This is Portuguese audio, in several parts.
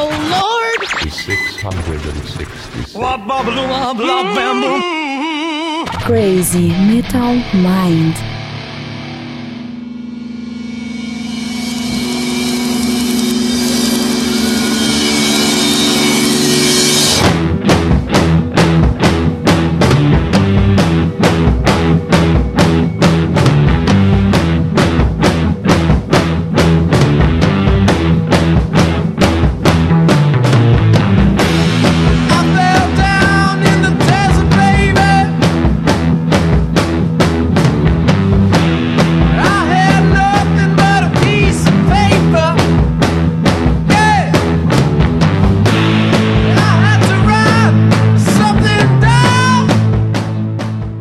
Oh, 160. um Crazy Metal Mind. I fell down in the desert, baby. I had nothing but a piece of paper. Yeah, I had to write something down.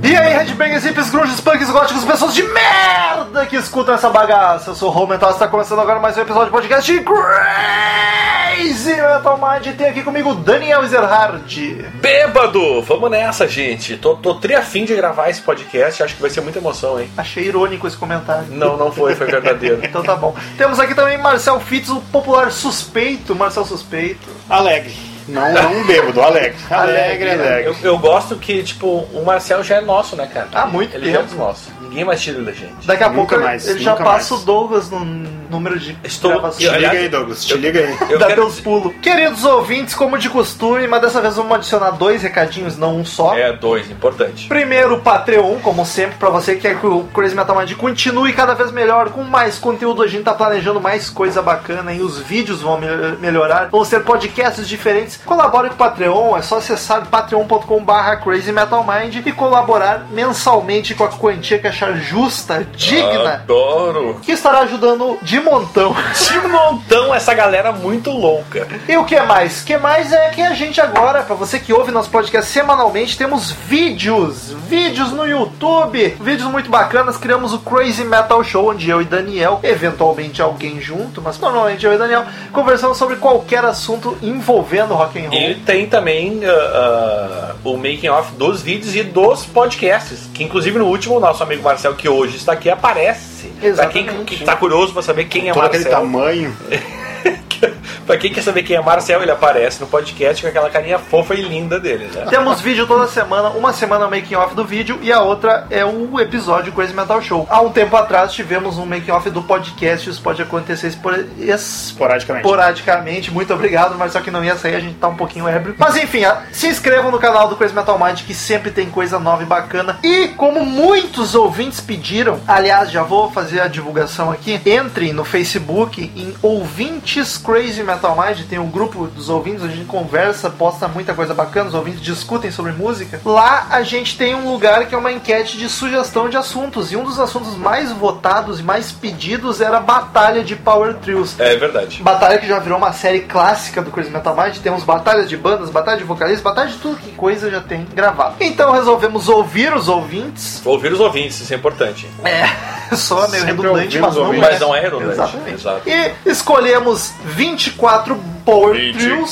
E aí, Headbangers, hippies, grunges, punks, góticos, pessoas de merda que escutam essa bagaça. Eu sou o Rô Mental, está começando agora mais um episódio de podcast de Crazy Metal Mind. E Tem aqui comigo o Daniel Ezerhard. Bêbado! Vamos nessa, gente. Tô, tô triafim de gravar esse podcast. Acho que vai ser muita emoção, hein? Achei irônico esse comentário. Não, não foi, foi verdadeiro. Então tá bom. Temos aqui também Marcel Fitz, o popular suspeito. Marcel Suspeito. Alegre. Não, não um bêbado, alegre. Alegre, alegre. né? Eu, eu gosto que, tipo, o Marcel já é nosso, né, cara? Ah, muito Ele tempo. já é dos nossos. Ninguém mais tira da gente. Daqui a Nunca pouco mais, ele já nunca passa mais. o Douglas no número de Estou- gravações. Te liga aliás, aí, Douglas, te eu- liga aí. Eu Dá quero pelos pulos. Queridos ouvintes, como de costume, mas dessa vez vamos adicionar dois recadinhos, não um só. É, dois, importante. Primeiro, o Patreon, como sempre, pra você que quer que o Crazy Metal Mind continue cada vez melhor, com mais conteúdo. A gente tá planejando mais coisa bacana e os vídeos vão me- melhorar. Vão ser podcasts diferentes. Colabore com o Patreon, é só acessar patreon.com.br Crazy Metal Mind e colaborar mensalmente com a quantia que achar justa, digna, Adoro! que estará ajudando de montão. De montão essa galera muito louca. E o que mais? O que mais é que a gente agora, pra você que ouve nosso podcast semanalmente, temos vídeos, vídeos no YouTube, vídeos muito bacanas. Criamos o Crazy Metal Show, onde eu e Daniel, eventualmente alguém junto, mas normalmente eu e Daniel, conversamos sobre qualquer assunto envolvendo rock and roll. E tem também ah, ah, o making off dos vídeos e dos podcasts. Que inclusive no último, o nosso amigo Marcel, que hoje está aqui, aparece. Pra quem Exatamente. que tá curioso pra saber quem é Todo aquele Marcel. tamanho. pra quem quer saber quem é Marcel, ele aparece no podcast com aquela carinha fofa e linda dele, né? Temos vídeo toda semana, uma semana é o making off do vídeo e a outra é o episódio Crazy Metal Show. Há um tempo atrás tivemos um making off do podcast, isso pode acontecer espor- es- Esporadicamente. esporadicamente. Muito obrigado, mas só que não ia sair, a gente tá um pouquinho ébrio. Mas enfim, a- se inscrevam no canal do Crazy Metal Mind, que sempre tem coisa nova e bacana. E como muitos ouvintes pediram, aliás, já vou fazer a divulgação aqui, entrem no Facebook em Ouvintes Crazy Metal Mind, tem um grupo dos ouvintes, a gente conversa, posta muita coisa bacana, os ouvintes discutem sobre música. Lá a gente tem um lugar que é uma enquete de sugestão de assuntos, e um dos assuntos mais votados e mais pedidos era a batalha de Power Trios. É verdade. Batalha que já virou uma série clássica do Crazy Metal Mind. Temos batalhas de bandas, batalha de vocalistas, batalha de tudo que coisa já tem gravado. Então resolvemos ouvir os ouvintes. Ouvir os ouvintes, isso é importante. É, só meio Sempre redundante, ouvimos mas não, ouvintes. é. Mas não é redundante. Exatamente. Exato. E escolhemos 24 Power Trios.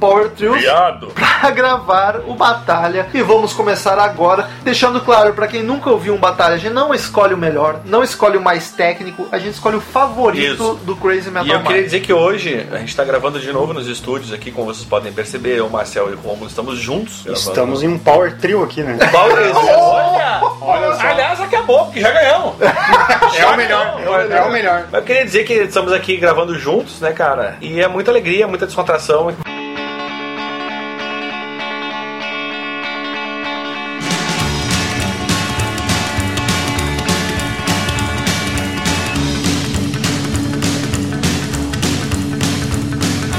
Power Trios Viado! para gravar o Batalha e vamos começar agora, deixando claro para quem nunca ouviu um Batalha, a gente não escolhe o melhor, não escolhe o mais técnico, a gente escolhe o favorito Isso. do Crazy Metal E eu Mind. queria dizer que hoje a gente tá gravando de novo nos estúdios aqui, como vocês podem perceber, eu, Marcel e o Romulo estamos juntos. gravando. é Estamos em um power trio aqui, né? Paulo, olha! Olha só. Aliás, acabou, porque já ganhamos. É o melhor, é o, é o melhor. Mas eu queria dizer que estamos aqui gravando juntos, né, cara? E é muita alegria, muita descontração.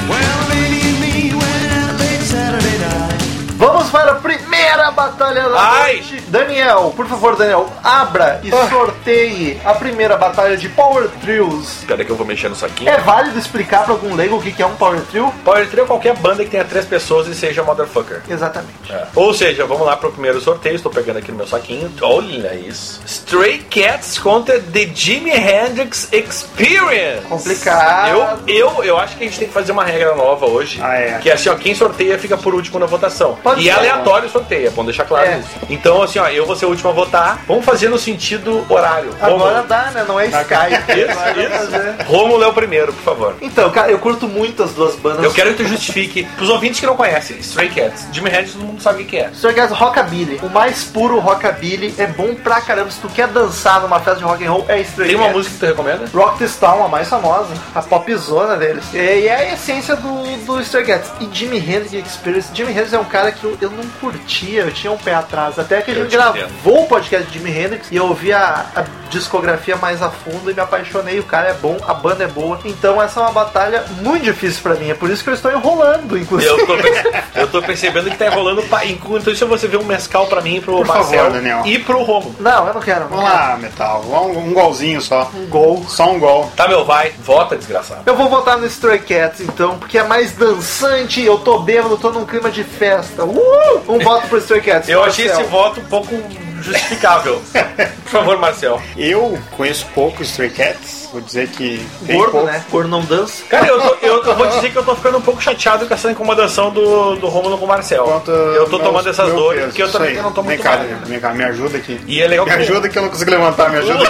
Well, maybe me went out late Saturday night. Vamos para a primeira batalha da Ai! noite. Daniel, por favor, Daniel, abra e sorteie a primeira batalha de Power Trios. Espera que eu vou mexer no saquinho. É válido explicar para algum leigo o que que é um Power Trio? Power Trio é qualquer banda que tenha três pessoas e seja motherfucker. Exatamente. É. Ou seja, vamos lá pro primeiro sorteio. Estou pegando aqui no meu saquinho. Olha isso. Stray Cats contra The Jimi Hendrix Experience. Complicado. Eu, eu, eu acho que a gente tem que fazer uma regra nova hoje. Ah, é. Que é assim, ó, quem sorteia fica por último na votação. Pode e ser. né? aleatório sorteia. bom deixar claro É. isso. Então, assim, ó, eu vou ser o último a votar. Vamos fazer no sentido horário. Agora Rômulo. dá, né? Não é Tá Isso, Skype. Agora dá pra fazer. isso. Rômulo é o primeiro, por favor. Então, cara, eu curto muito as duas bandas. Eu quero que tu justifique pros ouvintes que não conhecem Stray Cats. Jimmy Hendrix, todo mundo sabe o que é. Sr. Gas Rockabilly, o mais puro rockabilly, é bom pra caramba. Se tu quer dançar numa festa de rock and roll, é estranho. Tem uma música que tu recomenda? Rock This Town, a mais famosa, a popzona deles. E e é a essência do, do Stray Cats. E Jimi Hendrix Experience. Jimi Hendrix é um cara que eu, eu não curtia, eu tinha um pé atrás. Até que a Eu gente te gravou o podcast de Jimi Hendrix e eu ouvi a, a discografia mais a fundo e me apaixonei. O cara é bom, a banda é boa. Então essa é uma batalha muito difícil pra mim. É por isso que eu estou enrolando, inclusive. Eu tô, perce- eu tô percebendo que tá enrolando. Pa... Enquanto isso, eu vou servir um mescal pra mim, e pro Por favor, Marcel Daniel. e pro Romulo. Não, eu não quero. não Vamos quero. lá, Metal. Um, um golzinho só. Um gol. Só um gol. Tá, meu, vai. Vota, desgraçado. Eu vou votar no Stray Cats, então, porque é mais dançante, eu tô bêbado, tô num clima de festa. Uh! Um voto pro Stray Cats. Eu achei esse Marcel. voto um pouco justificável. Por favor, Marcel. Eu conheço pouco Stray Cats. Vou dizer que bem Gordo, pouco. né? Gordo não dança. Cara, eu, tô- eu- eu vou dizer que eu tô ficando um pouco chateado com essa incomodação do, do Romulo com o Marcel. Quanto eu tô meus- tomando essas meu dores, peso, porque eu isso também aí. não tô Vem muito cá, mal. Daniel, Vem cá, me ajuda aqui. E é legal Me que- ajuda que eu não consigo levantar, me ajuda.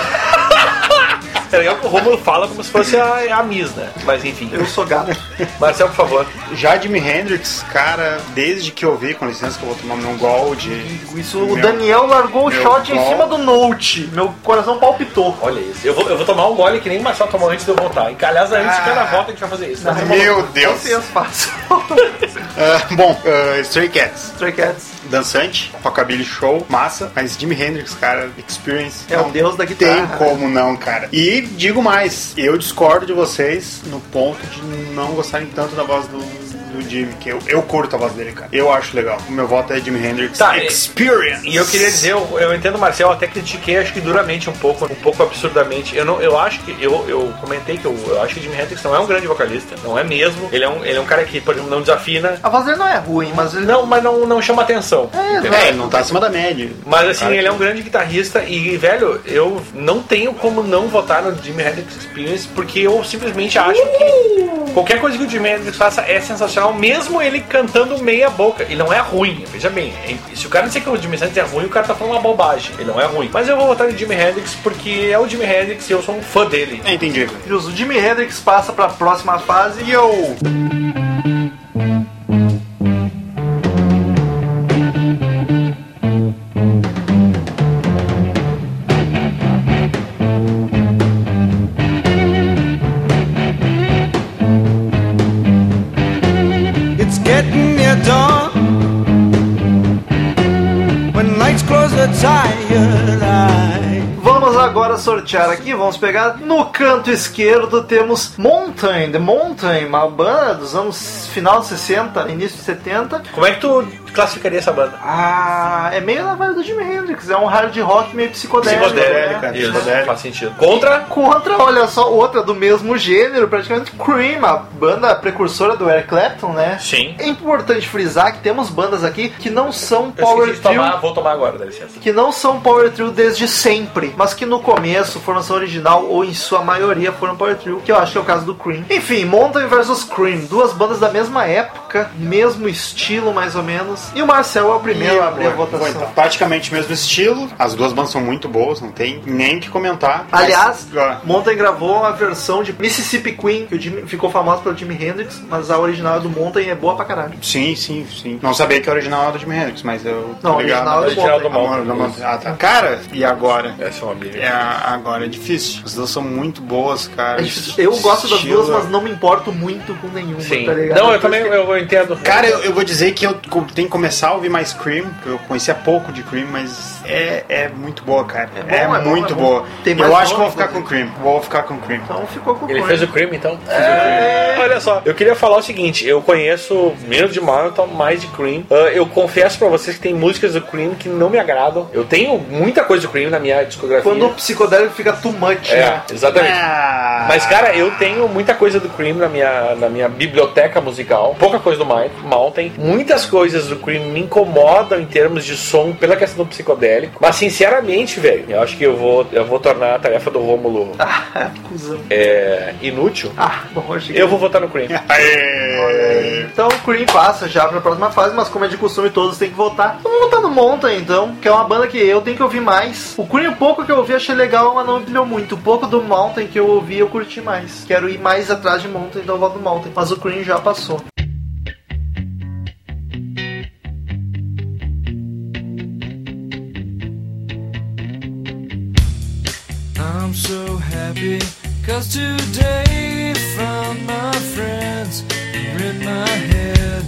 É legal que o Romulo fala como se fosse a, a Miss, né? Mas enfim. Eu sou gato. Marcel, por favor. Já Jimi Hendrix, cara, desde que eu vi, com licença que eu vou tomar meu gol de... Isso, o meu- Daniel largou o meu shot em gol. cima do Note. Meu coração palpitou. Olha isso. Eu vou, eu vou tomar um gole que nem o Marcel tomou antes de eu voltar. E, aliás, antes de cada volta a gente vai fazer isso. Né? Ah. Meu Deus. Vocês façam. Ah, bom, ah, Stray Cats. Stray Cats. dançante, rockabilly show, massa, mas Jimi Hendrix, cara, experience. É o deus da guitarra, né? Tem como não, cara. E digo mais, eu discordo de vocês no ponto de não gostarem tanto da voz do, do Jimmy, que eu, eu curto a voz dele, cara. Eu acho legal. O meu voto é Jimi Hendrix Tá, e- experience. E eu queria dizer, eu, eu entendo o Marcel, eu até critiquei, acho que duramente um pouco, um pouco absurdamente. Eu, não, eu acho que, eu, eu comentei que eu, eu acho que o Jimi Hendrix não é um grande vocalista, não é mesmo. Ele é um, ele é um cara que, por exemplo, não desafina. A voz dele não é ruim, mas ele Não, mas não, não chama atenção. entendeu? É, ele não tá acima da média. Mas assim, Cara, ele é um grande guitarrista e, velho, eu não tenho como não votar no Jimi Hendrix Experience, porque eu simplesmente acho que qualquer coisa que o Jimi Hendrix faça é sensacional, mesmo ele cantando meia boca. E não é ruim, veja bem. é- Se o cara disser que o Jimi Hendrix é ruim, o cara tá falando uma bobagem. Ele não é ruim. Mas eu vou votar no Jimi Hendrix porque é o Jimi Hendrix e eu sou um fã dele. Entendi. Justo, O Jimi Hendrix passa pra próxima fase e eu. It's getting near dawn when lights close the tired eye. Vamos agora sortear aqui, vamos pegar no canto esquerdo temos Mountain, The Mountain, uma banda dos anos final de 60, início de 70. Como é que tu classificaria essa banda? Ah, é meio na vibe do Jimi Hendrix, é um hard rock meio psicodélico. Psicodélica. né? Isso, Psicodélica. faz sentido. Contra? Contra, olha só, outra do mesmo gênero, praticamente Cream, a banda precursora do Eric Clapton, né? Sim. É importante frisar que temos bandas aqui que não são Eu power esqueci de tomar, trio, vou tomar agora, dá licença. que não são power trio desde sempre, mas que no começo, formação original ou em sua maioria foram power trio, que eu acho que é o caso do Cream. Enfim, Mountain vs Cream, duas bandas da mesma época, mesmo estilo mais ou menos. E o Marcel é o primeiro a abrir a Vou, votação. então. Praticamente o mesmo estilo. As duas bandas são muito boas, não tem nem que comentar. Mas- Aliás, Ah, Mountain gravou uma versão de Mississippi Queen, que o Jimi- ficou famoso pelo Jimi Hendrix, mas a original do Mountain é boa pra caralho. Sim, sim, sim. Não sabia que a original era do Jimi Hendrix, mas eu. Não, tô ligado. original é do Original do Mountain. Mountain. Amor, não, não, ah, tá. Cara, e agora? Essa é uma bíblia. É, agora é difícil. As duas são muito boas, cara. É difícil. Eu gosto das Ah, Estilo- é. duas, mas não me importo muito com nenhuma, Sim. tá ligado? Não, eu também eu, eu entendo. Cara, eu, eu vou dizer que eu co- tenho que começar a ouvir mais Cream, porque eu conhecia pouco de Cream, mas é, é muito boa, cara. É, bom, é bom, muito é bom. boa. Tem mais eu acho que nome, vou ficar com inclusive. Cream. Vou ficar com Cream. Então ficou com o Ele Cream. fez o crime, então? É, olha só, eu queria falar o seguinte: eu conheço menos de Mountain, mais de Cream. Ah, eu confesso pra vocês que tem músicas do Cream que não me agradam. Eu tenho muita coisa do Cream na minha discografia. Quando o psicodélico fica too much, É, né? exatamente. Ah, Mas, cara, eu tenho muita coisa do Cream na minha, na minha biblioteca musical. Pouca coisa coisas do Mike Mountain, muitas coisas do Cream me incomodam em termos de som pela questão do psicodélico. Mas sinceramente, velho, eu acho que eu vou, eu vou tornar a tarefa do Rômulo Ah, cuzão. é, inútil. Ah, bom, eu cheguei. Eu vou votar no Cream. Aê! Então o Cream passa já pra próxima fase, mas como é de costume, todos têm que votar. Vamos votar no Monta, então, que é uma banda que eu tenho que ouvir mais. O Cream, o pouco que eu ouvi, achei legal, mas não me deu muito. O pouco do Mountain que eu ouvi, eu curti mais. Quero ir mais atrás de Mountain, então eu voto no Mountain. Mas o Cream já passou. I'm so happy cause today found my friends are in my head.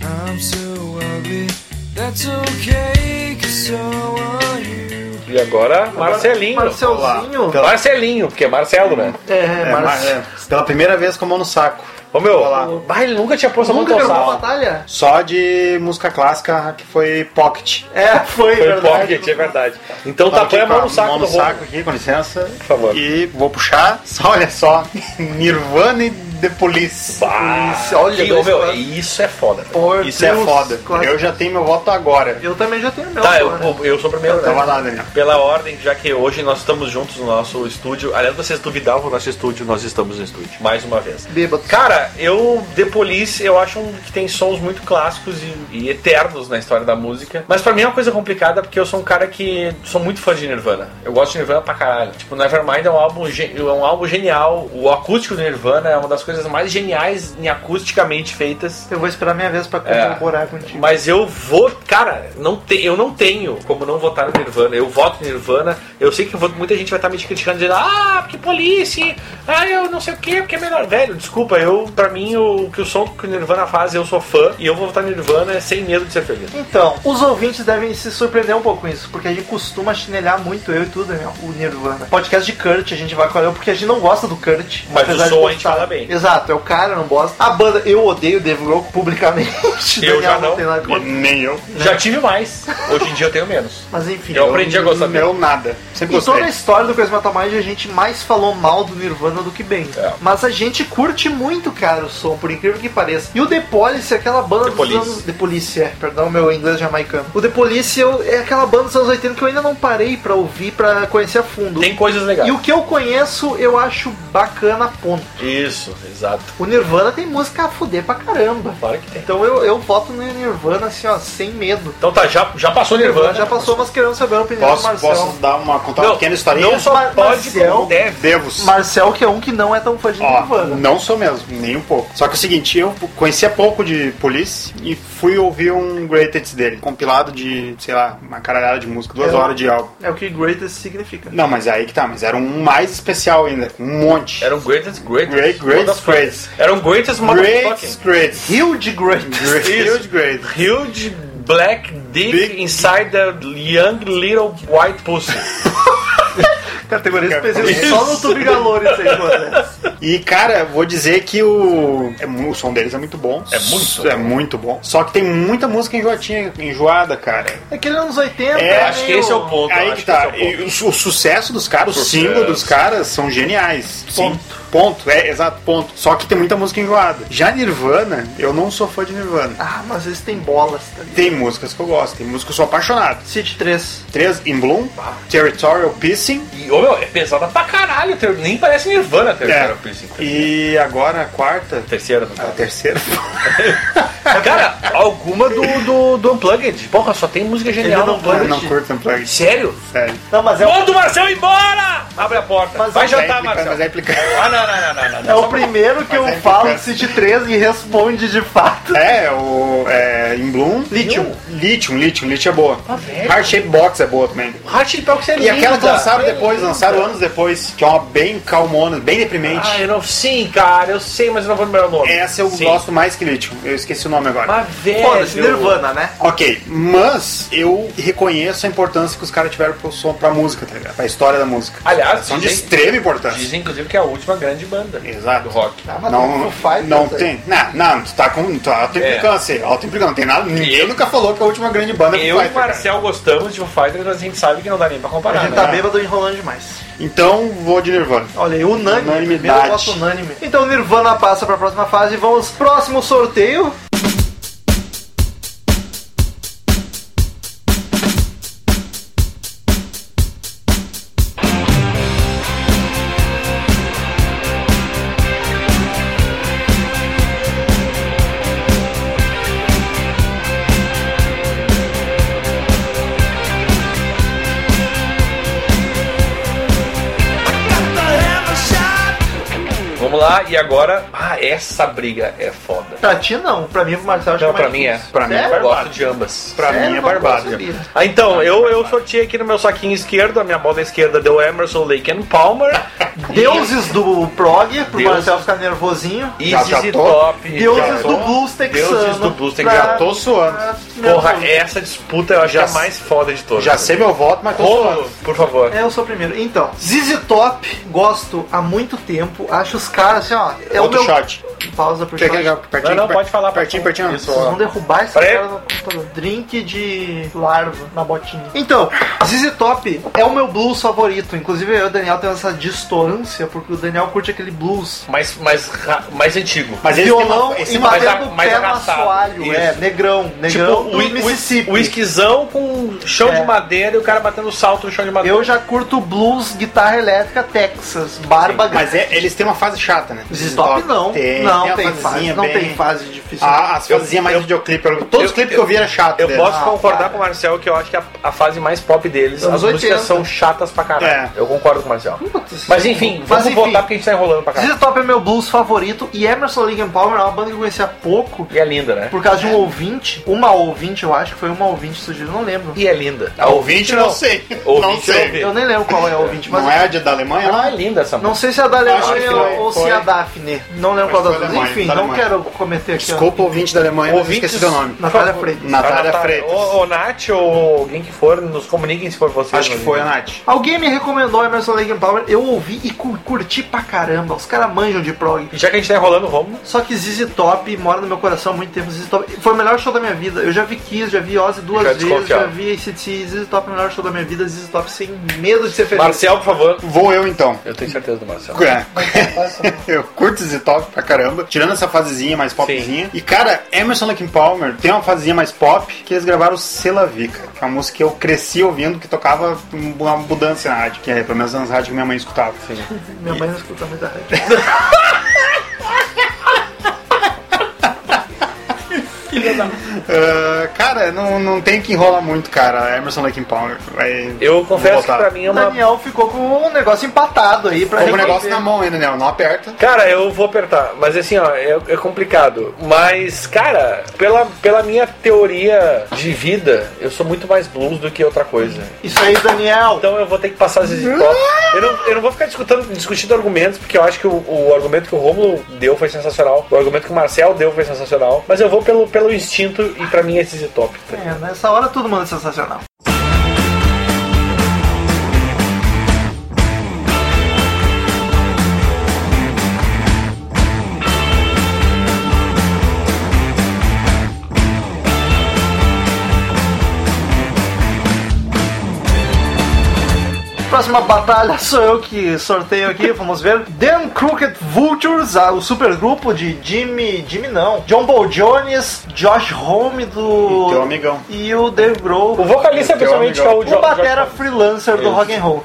I'm so ugly, that's okay cause so are you. E agora, Marcelinho. Marcelzinho. Olá. Marcelinho, porque é Marcelo, né? Então, É, É, mas, Marcelo. é, pela primeira vez com a mão no saco. Ô meu, Olá. bah, ele nunca tinha posto a mão Nunca no gravou calçado. batalha? Só de música clássica que foi pocket. É, foi, Foi verdade. pocket, é verdade. Então tá, põe Aqui a com mão no saco mão do no Rômulo. saco aqui, com licença. Por favor. E vou puxar. Só, olha só. Nirvana e The Police. Bah, Isso, olha, que- dois Ah, ô, meu, quadros. isso é foda. velho. Por Isso Deus, é foda. claro. Eu já tenho meu voto agora. Eu também já tenho meu. Tá, eu, agora. eu- eu sou o primeiro. né? Então vai lá, Daniel. Pela ordem, já que hoje nós estamos juntos no nosso estúdio. Aliás, vocês duvidavam do nosso estúdio, nós estamos no estúdio. Mais uma vez. Bêbado. Cara, eu, The Police, eu acho um- que tem sons muito clássicos e, e eternos na história da música. Mas pra mim é uma coisa complicada porque eu sou um cara que sou muito fã de Nirvana. Eu gosto de Nirvana pra caralho. Tipo, Nevermind é um álbum, ge- é um álbum genial. O acústico do Nirvana é uma das coisas mais geniais em acusticamente feitas. Eu vou esperar minha vez pra É. contemporar contigo. Mas eu vou, cara, não te- eu não tenho como não votar no Nirvana. Eu voto no Nirvana. Eu sei que eu vou- muita gente vai estar me criticando dizendo: "Ah, porque polícia. Ah, eu não sei o quê, porque é melhor". Velho, desculpa, eu para mim o que o som que o Nirvana faz, eu sou fã e eu vou votar no Nirvana sem medo de ser feliz. Então, os ouvintes devem se surpreender um pouco com isso, porque a gente costuma chinelhar muito, eu e tudo, Daniel, o Nirvana. Podcast de Kurt, a gente vai com ele, porque a gente não gosta do Kurt. Mas apesar o de som a gente gostar. fala bem. Exato, é o cara, não gosta. A banda, eu odeio o Dave Grohl publicamente. Eu já não. tem nada contra. Nem eu. Né? Já tive mais, hoje em dia eu tenho menos. Mas enfim. Eu aprendi a gostar dele. Eu nada. Sempre Em Então toda a gostei. história do Crazy Metal Mind, a gente mais falou mal do Nirvana do que bem. É. Mas a gente curte muito, cara, o som, por incrível que pareça. E o The Police, é aquela banda The dos Police. anos... The Police, é. Perdão, meu inglês jamaicano. O The Police eu- é aquela banda dos anos 80 que eu ainda não parei pra ouvir, pra conhecer a fundo. Tem coisas E legais. o que eu conheço, eu acho bacana, ponto. Isso, exato. O Nirvana tem música a fuder pra caramba. Claro que tem. Então eu, eu voto no Nirvana, assim, ó, sem medo. Então tá, já, já passou o Nirvana. já passou, mas queremos saber a opinião do Posso, Marcel. posso dar uma, contar uma Não, pequena historinha? não só Mar- pode, Marcel- como deve. Devos. Marcel, que é um que não é tão fã de Ó, Nirvana. não sou mesmo, nem um pouco. Só que é o seguinte, eu conhecia pouco de Police e fui ouvir um Great Hits dele, compilado de, sei lá, uma caralhada de música, duas Eu- um horas de álbum. É o que greatest significa. Não, mas aí que tá, mas era um mais especial ainda, um monte. Eram greatest, greatest. Great, great, motherfuckers. great. Eram greatest um motherfucking. Great, great. Huge greatest. Great, Isso. huge great. Huge black dick Big- inside the young little white pussy. Categoria Isso. específica. Só no Tube Galore isso aí acontece. E cara, vou dizer que o é mu- o som deles é muito bom. É muito é muito bom. Só que tem muita música enjoatinha, enjoada, cara. Aquele anos 80. É, né, acho que meu? esse é o ponto. Aí acho que tá. esse é o E o, su- o sucesso dos caras, os Sucesso. singles dos caras são geniais. Sim. Ponto. É, exato, ponto. Só que tem muita música enjoada. Já Nirvana, eu não sou fã de Nirvana. Ah, mas eles têm bolas. Tá ligado? Tem músicas que eu gosto, tem músicas que eu sou apaixonado. City 3. Três in Bloom, Territorial Pissing. ponto. E, ô, meu, é pesada pra caralho. ter- Nem parece Nirvana a terceira É. piercing. E agora a quarta. Terceira, no A caso. terceira. Cara, alguma do, do, do Unplugged. Porra, só tem música Ele genial no não Eu Unplugged. não curto Unplugged, Sério? sério. Não, mas é o, Manda o Marcel embora! Abre a porta. Mas Vai é- Mas é jantar, implicando, Marcel. Mas é implicando. Ah, não, não, não, não, não. é o primeiro que Mas eu é falo importante. City 3 e responde de fato. É, o é, In Bloom. Lithium. Lithium, Lithium, Lithium é boa. Ah, velho. Hard Shape Box é boa também. Hot Chili Peppers é E aquela que linda. lançaram depois, lançaram anos depois, que é uma bem calmona, bem deprimente. Ah, eu não... Sim, cara, eu sei, mas eu não vou lembrar o nome. Essa é eu Sim. gosto mais que Lithium. Eu esqueci o nome agora. Mas, velho... Foda-se, Nirvana, né? Ok, mas eu reconheço a importância que os caras tiveram pro som, pra música, tá ligado? Pra história da música. Aliás, São de dizem- extrema importância. Dizem, inclusive, que é a última grande banda Exato. do rock. Ah, mas Não, tem Foo Fighters não aí. tem. Não, não, tu tá com tu, É. auto-implicância. aí, Auto-implicância, não tem nada. Ninguém nunca falou que a última grande banda é Eu Foo e o Fighters, cara. Marcel gostamos de Foo Fighters, mas a gente sabe que não dá nem pra A comparar, gente né? tá bêbado enrolando demais. Então, vou de Nirvana. Olha aí, unânime. Unanimidade. Primeiro voto unânime. Então Nirvana passa pra próxima fase. Vamos, próximo sorteio. Vamos lá, e agora. Ah, essa briga é foda. Pra ti não, pra mim o Marcelo acho Não, que é pra mais mim é. difícil. Pra mim Sério? eu gosto de ambas. Pra Sério? mim é Não barbado. sabia. Ah, então, eu, eu sorteei aqui no meu saquinho esquerdo, a minha bola esquerda deu Emerson, Lake and Palmer, Deuses do prog, pro Deus. Marcel ficar nervosinho. e Já ZZ tô. Top. Deuses Já do tô. blues texano. Deuses do blues pra- texano. Já Tô suando. pra- Porra, nervoso. é- essa disputa eu acho Já que é a mais foda de todas. Já sei meu voto, mas tô Rômulo, suando. por favor. É, eu sou o primeiro. Então, ZZ Top, gosto há muito tempo. Acho os caras assim, ó. É Outro o meu... shot. Pausa pro Quer- shot. quer- quer- pertinho, Não, não, per- pode falar, Pertinho, pode pertinho. Vocês vão derrubar esse Pera aí. cara no computador. Drink de larva na botinha. Então, ZZ Top é o meu blues favorito. Inclusive, eu e o Daniel temos essa distância, porque o Daniel curte aquele blues. Mais, mais, ra- mais antigo. Mas eles têm Violão uma, esse e mais batendo a- o mais pé no arrastado. assoalho. Isso. É, negrão. Tipo Tipo, Negrão um do Mississippi. esquizão com chão É. de madeira e o cara batendo salto no chão de madeira. Eu já curto blues, guitarra elétrica, Texas, barba Mas é- eles têm uma fase chata, né? ZZ Top não. Tem, não tem, tem uma fase. fasezinha Não bem- tem fase difícil. Ah, as fasezinhas mais eu- videoclipe. pelo- Todos os eu- clipes que eu vi era chato. Eu deles. posso Ah, concordar com o Marcel que eu acho que a, a fase mais pop deles, Anos as músicas 80. são chatas pra caralho. É. Eu concordo com o Marcel. Putz, Mas enfim, vamos mas, enfim, voltar porque a gente tá enrolando pra caralho. ZZ Top é meu blues favorito e Emerson Lincoln Palmer é uma banda que eu conheci há pouco E é linda, né? por causa de um ouvinte, uma ouvinte, eu acho que foi uma ouvinte sugeriu, não lembro. E é linda. A Ah, ouvinte não sei. Não Ouvinte não sei. vi. Eu nem lembro qual é a ouvinte, mas Não é a de- da Alemanha? Ah, Ela é Não. linda essa não música. sei se é a da Acho que Alemanha foi- ou se foi. é a Daphne. Não lembro qual Acho das que foi duas. Alemanha, Enfim, da não Alemanha. quero cometer aqui. ó. Desculpa, ouvinte da Alemanha, mas Ouvintes- esqueci seu nome. Natália Freitas. Natália Freitas. Ou, ou Nath, ou alguém que for, nos comuniquem se for vocês. Acho que foi a Nath. Alguém me recomendou Emerson Lake Palmer, eu ouvi e cu- curti pra caramba. Os caras manjam de prog. E já que a gente tá enrolando, vamos. Só que ZZ Top mora no meu coração há muito tempo. ZZ Top foi o melhor show da minha vida. Eu já vi Kiss, já vi Ozzy duas Já vezes, desconfiava. já vi ACT. ZZ Top é o melhor show da minha vida. ZZ Top sem medo de ser feliz. Marcel, por favor. Vou eu então. Eu tenho certeza do Marcel. É. eu curto esse top pra caramba. Tirando essa fasezinha mais popzinha. E cara, Emerson Lake Palmer tem uma fasezinha mais pop que eles gravaram Selavica, que é uma música que eu cresci ouvindo, que tocava uma mudança na rádio, que é pelo menos nas rádios que minha mãe escutava. Minha mãe não escuta muita rádio. Ah, cara, não, não tem que enrolar muito, cara. Emerson Lake Palmer. Vai- Eu vou confesso que botar. pra mim é O uma Daniel ficou com um negócio empatado aí pra Tô um com o resolver. negócio na mão ainda, né? Não aperta. Cara, eu vou apertar, mas assim, ó, é, é complicado. Mas, cara, pela, pela minha teoria de vida, eu sou muito mais blues do que outra coisa. Isso aí, Daniel. Então eu vou ter que passar esses top. Eu não, eu não vou ficar discutindo, discutindo argumentos, porque eu acho que o, o argumento que o Romulo deu foi sensacional. O argumento que o Marcel deu foi sensacional. Mas eu vou pelo, pelo instinto e pra mim é esse top. É, nessa hora todo mundo é sensacional. Próxima batalha sou eu que sorteio aqui, vamos ver. Dan Crooked Vultures, ah, o supergrupo de Jimmy. Jimmy não. John Paul Jones, Josh Home do. E teu amigão. E o Dave Grohl. O vocalista, Eu tenho principalmente, que um é o amigão. O John. batera freelancer do rock and roll.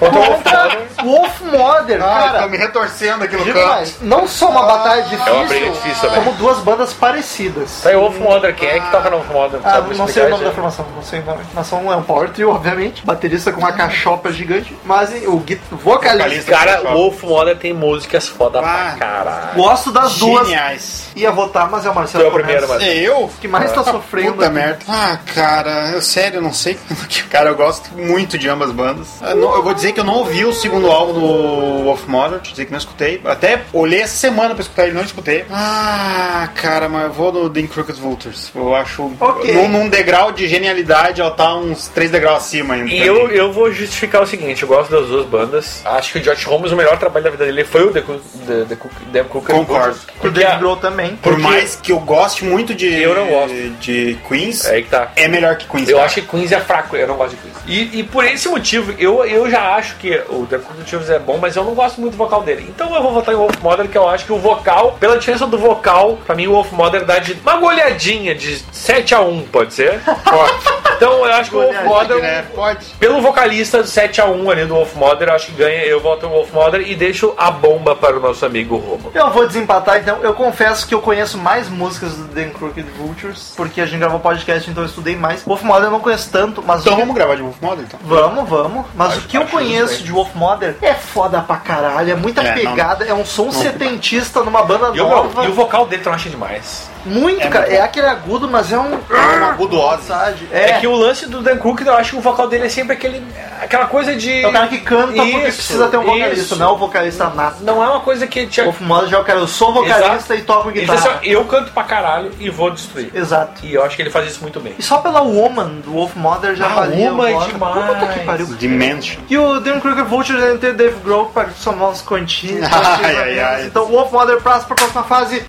Contra Wolf Mother, Ah, cara. tá me retorcendo aqui no digo canto. mais, não só uma batalha difícil, Ah. É uma briga difícil também. como duas bandas parecidas. Saiu Wolf Mother, quem é que toca no Wolf Mother? Ah, Sabe me não sei o explicar nome da isso aí? formação, não sei o nome. Formação é um power trio, obviamente. Baterista com uma cachopa gigante, mas e, o gui- vocalista. Vocalista. Cara, é o Wolf Mother tem músicas foda pra Ah. caralho. Gosto das duas. Geniais. Ia votar, mas é o Marcelo. Tu é o Começa. primeiro, Marcelo. Eu? O que mais tá sofrendo. Ah, Puta aqui. merda. Ah, cara, eu sério, não sei. Cara, eu gosto muito de ambas bandas. Eu, não- eu vou dizer que eu não ouvi o segundo álbum do Wolf Mother, dizer que não escutei. Até olhei essa semana pra escutar ele, não escutei. Ah, cara, mas eu vou no The Crooked Vultures. Eu acho. Ok. Num, num degrau de genialidade, ela tá uns três degraus acima ainda. E pra eu, mim. eu vou justificar o seguinte, eu gosto das duas bandas. Acho que o Josh Holmes, o melhor trabalho da vida dele foi o The Cook, The, The Cook, The Cook and Concordo. Bullets. O Porque Dave a, Grohl também. Por porque- mais que eu goste muito de. Eu não gosto. De Queens, é aí que tá. é melhor que Queens. Eu cara. acho que Queens é fraco, eu não gosto de Queens. E, e por esse motivo, eu, eu já acho que o The Cultures é bom, mas eu não gosto muito do vocal dele. Então eu vou votar em Wolf Mother, que eu acho que o vocal, pela diferença do vocal, pra mim o Wolf Mother dá de uma goleadinha de 7 a 1 pode ser? Pode. Então eu acho que o Wolf Pode, Mother né? Pode. Pelo vocalista 7x1 ali do Wolf Mother, eu acho que ganha, eu voto no Wolf Mother e deixo a bomba para o nosso amigo Romo. Eu vou desempatar, então. Eu confesso que eu conheço mais músicas do Dan Crooked Vultures, porque a gente gravou podcast, então eu estudei mais. Wolf Mother eu não conheço tanto, mas... o Então que- vamos gravar de Wolf Mother então. Vamos, vamos. Mas Acho- o que eu acho justo, conheço hein? de Wolf Mother Steiner é foda pra caralho, é muita É, não, pegada, é um som setentista numa banda E o, nova. e o vocal dele tu não acha demais. Muito, É cara. muito é aquele agudo, mas é um. É uma agudosa. Sabe? É. que o lance do Dan Cook, eu acho que o vocal dele é sempre aquele, aquela coisa de. É o cara que canta porque Isso, precisa ter um vocalista, isso. não é o vocalista nato. Não é uma coisa que te. O Fumosa já é o cara, eu sou vocalista Exato. e toco Ele diz assim, ó, guitarra. eu canto pra caralho e vou destruir. Exato. E eu acho que ele faz isso muito bem. E só pela Woman do Wolf Mother já Ah, valia. o Woman é voto. demais. Puta que parihl. Dimension. E o Dan Kruger Vulture deve ter Dave Grohl para somar uns continhos. Ai, ai, ai. Então o Wolf Mother passa para a próxima fase.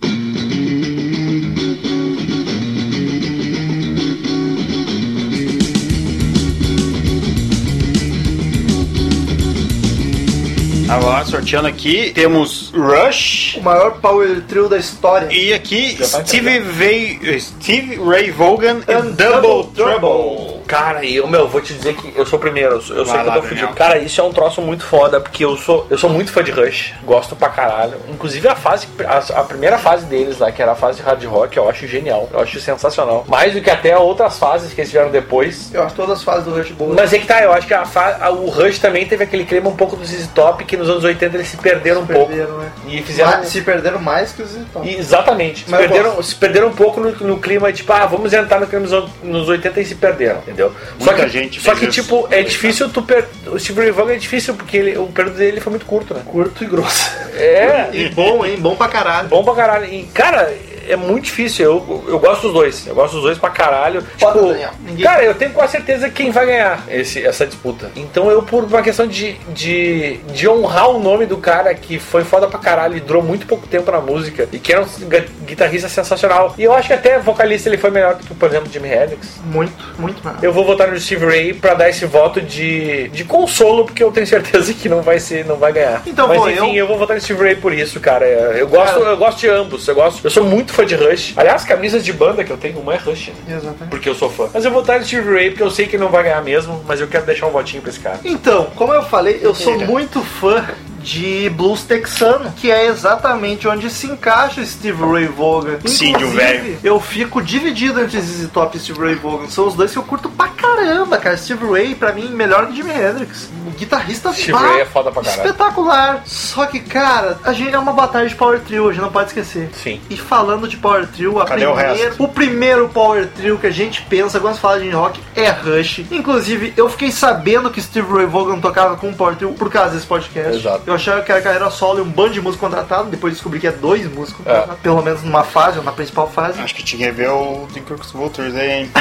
Agora, sorteando aqui, temos Rush. O maior power trio da história. E aqui, Já vai Steve, Vai, Steve Ray Vaughan e tá And Double Double Trouble. Cara, e eu, meu, vou te dizer que eu sou o primeiro, eu sou- eu sei Vai que eu lá, tô Daniel. fudido. Cara, isso é um troço muito foda, porque eu sou, eu sou muito fã de Rush, gosto pra caralho. Inclusive a fase, a, a primeira fase deles lá, que era a fase de hard rock, eu acho genial, eu acho sensacional. Mais do que até outras fases que eles tiveram depois. Eu acho todas as fases do Rush boas. Mas é que tá, eu acho que a fa- a- o Rush também teve aquele clima um pouco do ZZ Top, que nos anos 80 eles se perderam um perderam, né? pouco. E fizeram. Mas se perderam mais que os então. E- Exatamente. Se Mas eu perderam, se perderam um pouco no, no clima, tipo, ah, vamos entrar no clima nos, on- nos 80 e se perderam, entendeu? só Muita que, gente só fez que isso. tipo, é difícil tu per... O Steve Ray Vaughan é difícil porque ele- o período dele foi muito curto, né? Curto e grosso. É, E bom, hein? Bom pra caralho. bom pra caralho. E, cara, é muito difícil. Eu, eu gosto dos dois. Eu gosto dos dois pra caralho. Foda, Tipo, Daniel. Ninguém- cara, eu tenho quase certeza quem vai ganhar esse, essa disputa. Então eu, por uma questão de, de, de honrar o nome do cara que foi foda pra caralho e durou muito pouco tempo na música e que era um ga- guitarrista sensacional. E eu acho que até vocalista ele foi melhor que, por exemplo, Jimi Hendrix. Muito, muito mal. Eu vou votar no Steve Ray pra dar esse voto de, de consolo, porque eu tenho certeza que não vai ser, não vai ganhar. Então Mas vou enfim, eu. eu... vou votar no Steve Ray por isso, cara. Eu gosto, Cara. eu gosto de ambos. Eu gosto, eu sou muito fã de Rush. Aliás, camisas de banda que eu tenho, uma é Rush, né? Exatamente. porque eu sou fã. Mas eu vou votar no Steve Ray porque eu sei que ele não vai ganhar mesmo, mas eu quero deixar um votinho pra esse cara. Então, como eu falei, eu sou Mentira. muito fã de blues texano, que é exatamente onde se encaixa o Steve Ray Vaughan. Sim, Inclusive, de um velho. Eu fico dividido entre ZZ Top e Steve Ray Vaughan. São os dois que eu curto pra caramba, cara. Steve Ray, pra mim, melhor que Jimi Hendrix. O guitarrista Steve pá, Ray é foda pra caralho. Espetacular. Só que, cara, a gente é uma batalha de Power Trio, a gente não pode esquecer. Sim. E falando de Power Trio, a Cadê o primeira- resto? o primeiro Power Trio que a gente pensa quando se fala de rock é Rush. Inclusive, eu fiquei sabendo que Steve Ray Vaughan tocava com o Power Trio por causa desse podcast. Exato. Eu achava que era carreira solo e um bando de músicos contratado, depois descobri que é dois músicos É. contratados, pelo menos numa fase, ou na principal fase. Acho que tinha que ver o Tim Kirk's Vultures aí, hein?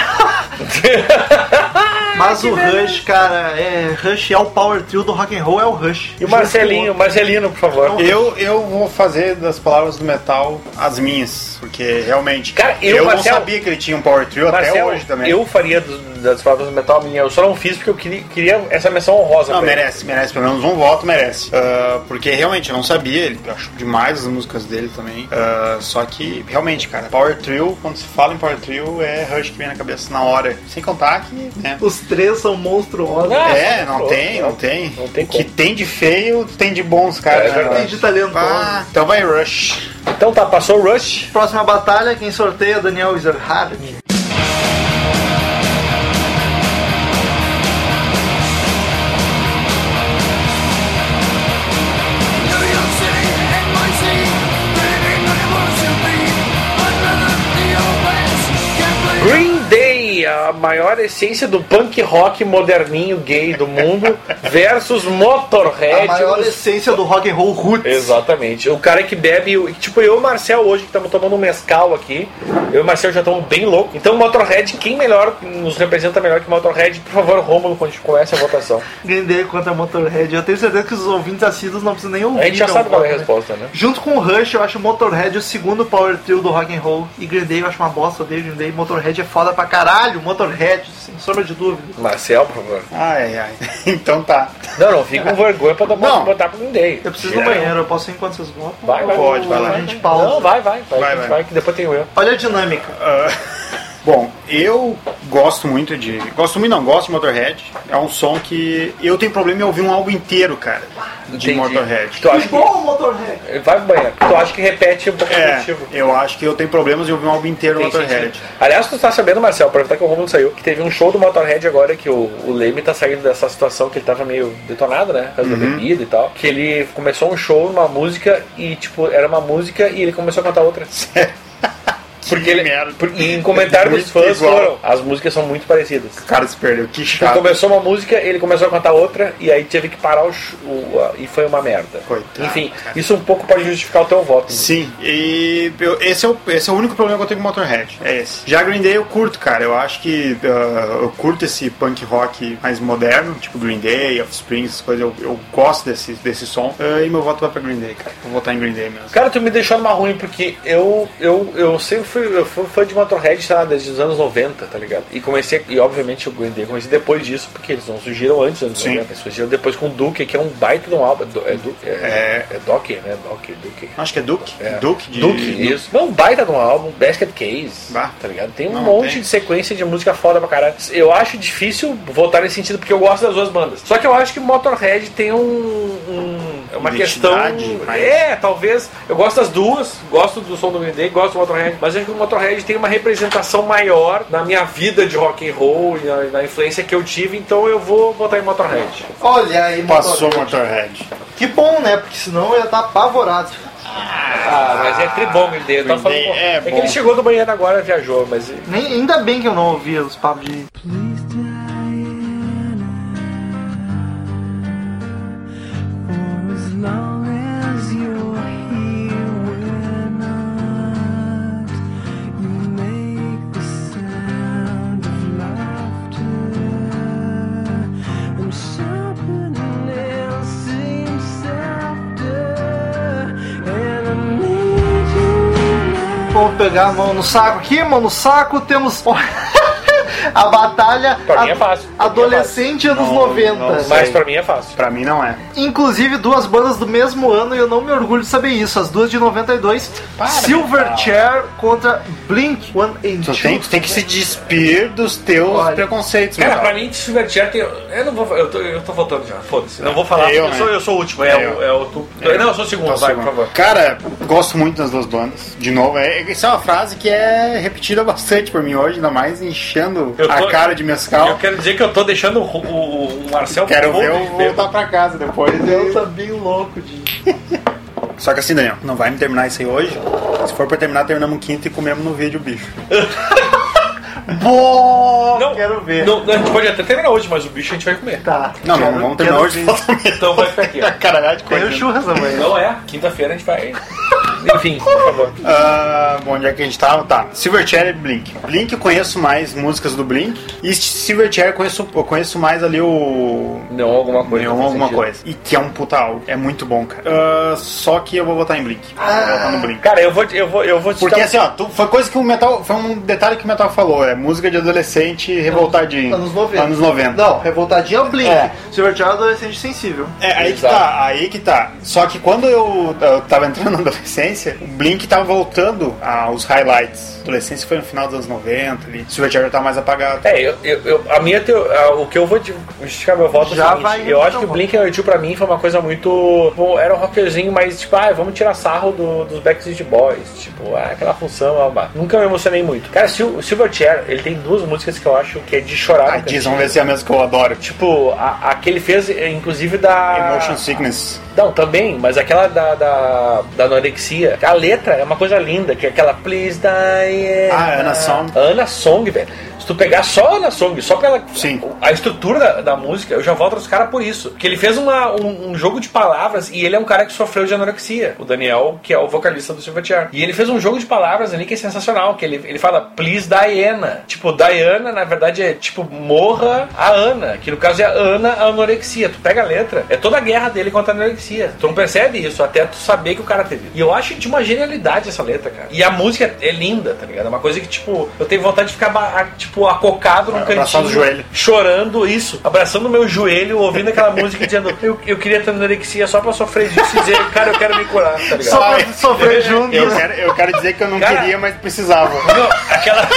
Mas o Rush, cara, é Rush é o Power Trio do rock and roll, é o Rush. E o Marcelinho, Marcelino, por favor. Eu, eu vou fazer das palavras do metal as minhas, porque realmente. Cara, eu, não Marcel- sabia que ele tinha um Power Trio até Marcel, hoje também. Eu faria do- das palavras do metal a minha. Eu só não fiz porque eu queria, queria essa menção honrosa. Não, pra ele. merece, merece, pelo menos um voto merece. Ah, porque realmente eu não sabia, ele- eu acho demais as músicas dele também. Ah, só que, realmente, cara, Power Trio, quando se fala em Power Trio, é Rush que vem na cabeça na hora. Sem contar que, né? Os três são monstruosos. Ah, é, não pronto, tem, não pronto. tem. Não tem o que como. tem de feio, tem de bons, cara. É verdade. Tem de talentoso. Ah, então vai Rush. Então tá, passou o Rush. Próxima batalha, quem sorteia é Daniel Ezerhard. Green Day, a maior essência do punk rock moderninho gay do mundo, versus Motorhead. a maior os- essência do rock and roll roots. Exatamente. O cara que bebe. Tipo, eu e o Marcel hoje, que estamos tomando um mescal aqui. Eu e o Marcel já estamos bem loucos. Então, Motorhead, quem melhor nos representa melhor que Motorhead? Por favor, Rômulo, quando a gente começa a votação. Green Day contra Motorhead. Eu tenho certeza que os ouvintes assíduos não precisam nem ouvir. A gente já não, sabe qual é a né? resposta, né? Junto com o Rush, eu acho o Motorhead o segundo power trio do rock and roll. E Green Day eu acho uma bosta, odeio Green Day. Motorhead é foda pra caralho, Motorhead, sem sombra de dúvida. Marcel, por favor. Ai, ai. Então tá. Não, não, fica com vergonha pra dar- Não. botar pro Green Day. Eu preciso do Não. banheiro, eu posso ir enquanto vocês votam? Vai, vai. Pode, vai lá. A gente pausa. Não, vai, vai, vai, Vai, gente, vai. vai, que depois tem eu. Olha a dinâmica. Ah, Bom, eu gosto muito de. Gosto muito, não, gosto de Motorhead. É um som que eu tenho problema em ouvir um álbum inteiro, cara. De Entendi. Então, Motorhead. Tu acha que... Bom, Motorhead. Vai pro banheiro. Tu acha que repete um pouco o É, motivo. eu acho que eu tenho problemas em ouvir um álbum inteiro Tem Motorhead. sentido. Aliás, tu tá sabendo, Marcel, aproveitar que o Romulo saiu, que teve um show do Motorhead agora que o, o Leme tá saindo dessa situação que ele tava meio detonado, né? por causa Uhum. Da bebida e tal. Que ele começou um show, uma música, e tipo, era uma música e ele começou a cantar outra. Porque ele, merda. É por- e em comentário dos Muito fãs igual. Tá. foram, as músicas são muito parecidas. O cara se perdeu, que Tipo, chato. começou uma música, ele começou a cantar outra, e aí teve que parar o, sh- o- a- e foi uma merda. Coitado, Enfim, isso um pouco pode justificar o teu voto. Sim, e eu- esse, é o, esse é o único problema que eu tenho com Motorhead. É esse. Já Green Day eu curto, cara. Eu acho que ah, eu curto esse punk rock mais moderno, tipo Green Day, Offspring, essas coisas. Eu, eu gosto desse, desse som. Ah, e meu voto vai pra Green Day, cara. Vou votar em Green Day mesmo. Cara, tu me deixou numa ruim porque eu, eu, eu sempre fui, eu fui fã de Motorhead, sei lá, desde os anos 90, tá ligado? E comecei, e obviamente o Green Day comecei depois disso, porque eles não surgiram antes dos anos Sim. 90, eles surgiram depois com o Duke, que é um baita de um álbum. É, do, é, do, é, é, Docker, né? Docker, Duke. Acho que é Duke. Duke de. Duke, isso. Não, baita de um álbum, Basket Case, Bah. tá ligado? Tem um Não, monte tem. de sequência de música foda pra caralho. Eu acho difícil votar nesse sentido, porque eu gosto das duas bandas. Só que eu acho que Motorhead tem um... um- é uma questão... Identidade, mas- É, talvez... Eu gosto das duas, gosto do som do Green Day, gosto do Motorhead, mas acho que o Motorhead tem uma representação maior na minha vida de rock and roll e na, na influência que eu tive, então eu vou votar em Motorhead. Olha aí, Passou Motorhead. Motorhead. Que bom, né? Porque senão eu ia estar apavorado. Ah, mas é tribom Green Day. Eu tava Green Day falando, pô, é é que bom. ele chegou do banheiro agora, viajou, mas... Nem, ainda bem que eu não ouvia os papos de. Please, Diana, for as long as you're here, we're not. You make the sound of laughter, and something else seems softer. And I need you now. Vamos pegar a mão no saco aqui, mão no saco. Temos a batalha Pra mim é fácil. Pra mim é adolescente anos Não, 90. não sei. Mas pra mim é fácil. Pra mim não é. Inclusive, duas bandas do mesmo ano e eu não me orgulho de saber isso. As duas de 92, Silverchair contra Blink Tu tem, 182. tu tem que se despir dos teus Olha. preconceitos, Cara, mano. pra mim, Silverchair tem. Eu não vou. Eu tô, eu tô votando já, foda-se. Não vou falar, É eu, porque né? sou, eu sou o último. É, É o. eu. É o tu, eu. Não, eu sou o segundo, Tá, Então vai, segundo. por favor. Cara, gosto muito das duas bandas. De novo, é, essa é uma frase que é repetida bastante por mim hoje, ainda mais enchendo Eu tô- a cara de Eu mescal. quero dizer que eu tô deixando o, o, o Marcel Quero ver todo eu voltar pra casa depois. Eu tô bem louco de. Só que assim, Daniel, não vai me terminar isso aí hoje. Se for pra terminar, terminamos quinta e comemos no vídeo, bicho. Bom, Não, quero ver. Não, não, a gente pode até terminar hoje, mas o bicho a gente vai comer. Tá. Não, não, Quero- vamos terminar quero hoje. ver. Então vai ficar aqui. ó. Caralho, de Tem coisa. né? o churras amanhã. Não é? Quinta-feira a gente vai. Enfim, por favor. Ah, bom, onde é que a gente tava? Tá. Silverchair e Blink. Blink eu conheço mais músicas do Blink. E Silverchair eu conheço, eu conheço mais ali o. Não, alguma coisa. Nenhum não faz alguma sentido. coisa. E que é um puta álbum. É muito bom, cara. Ah, só que eu vou votar em Blink. Ah. Eu vou votar no Blink. Cara, eu vou, eu vou, eu vou te Porque Então- dar- um assim, ó, tu- foi coisa que o Metal. Foi um detalhe que o Metal falou, é música de adolescente revoltadinho. Anos 90. Anos 90. Não, revoltadinha é o Blink. É. Silverchair é adolescente sensível. É, aí Exato. que tá, aí que tá. Só que quando eu, eu tava entrando na adolescência, o Blink tava voltando aos highlights. A adolescência foi no final dos anos 90, ali. O Silverchair já tá mais apagado. É, eu, eu- eu- a minha teo- a- o que eu vou te justificar meu voto é Já o seguinte, vai eu no acho teu que o voto. Blink 182 pra mim foi uma coisa muito, bom, era um rockerzinho, mas tipo, ah, vamos tirar sarro do- dos Backstreet Boys, tipo, ah, aquela função, blá, blá. nunca me emocionei muito. Cara, Sil- o Silverchair, ele tem duas músicas que eu acho que é de chorar. Aí diz, no cantinho. vamos ver se é a mesma que eu adoro. Tipo, Tipo, a, a que ele fez, é, inclusive, da... Emotion Sickness. Não, também, mas aquela da, da, da anorexia, a letra é uma coisa linda, que é aquela Please Diana. Ah, Ana Song. Ana Song, velho. Se tu pegar só a Ana Song, só pela Sim. a estrutura da, da música, eu já volto aos caras por isso. Porque ele fez uma- um, um jogo de palavras e ele é um cara que sofreu de anorexia. O Daniel, que é o vocalista do Silverchair. E ele fez um jogo de palavras ali que é sensacional, que ele, ele fala Please Diana. Tipo, Diana, na verdade, é tipo morra a Ana, que no caso é a Ana a anorexia. Tu pega a letra, é toda a guerra dele contra a anorexia. Tu não percebe isso até tu saber que o cara teve. E eu acho de uma genialidade essa letra, cara. E a música é linda, tá ligado? É uma coisa que, tipo, eu tenho vontade de ficar, ba- a- tipo, acocado num Abraçado cantinho. o joelho. Chorando, isso. Abraçando o meu joelho, ouvindo aquela música e dizendo eu, eu queria ter anorexia só pra sofrer disso e dizer, cara, eu quero me curar, tá ligado? Só Ah, pra sofrer junto. Eu quero, eu quero dizer que eu não Cara. queria, mas precisava. Não, aquela...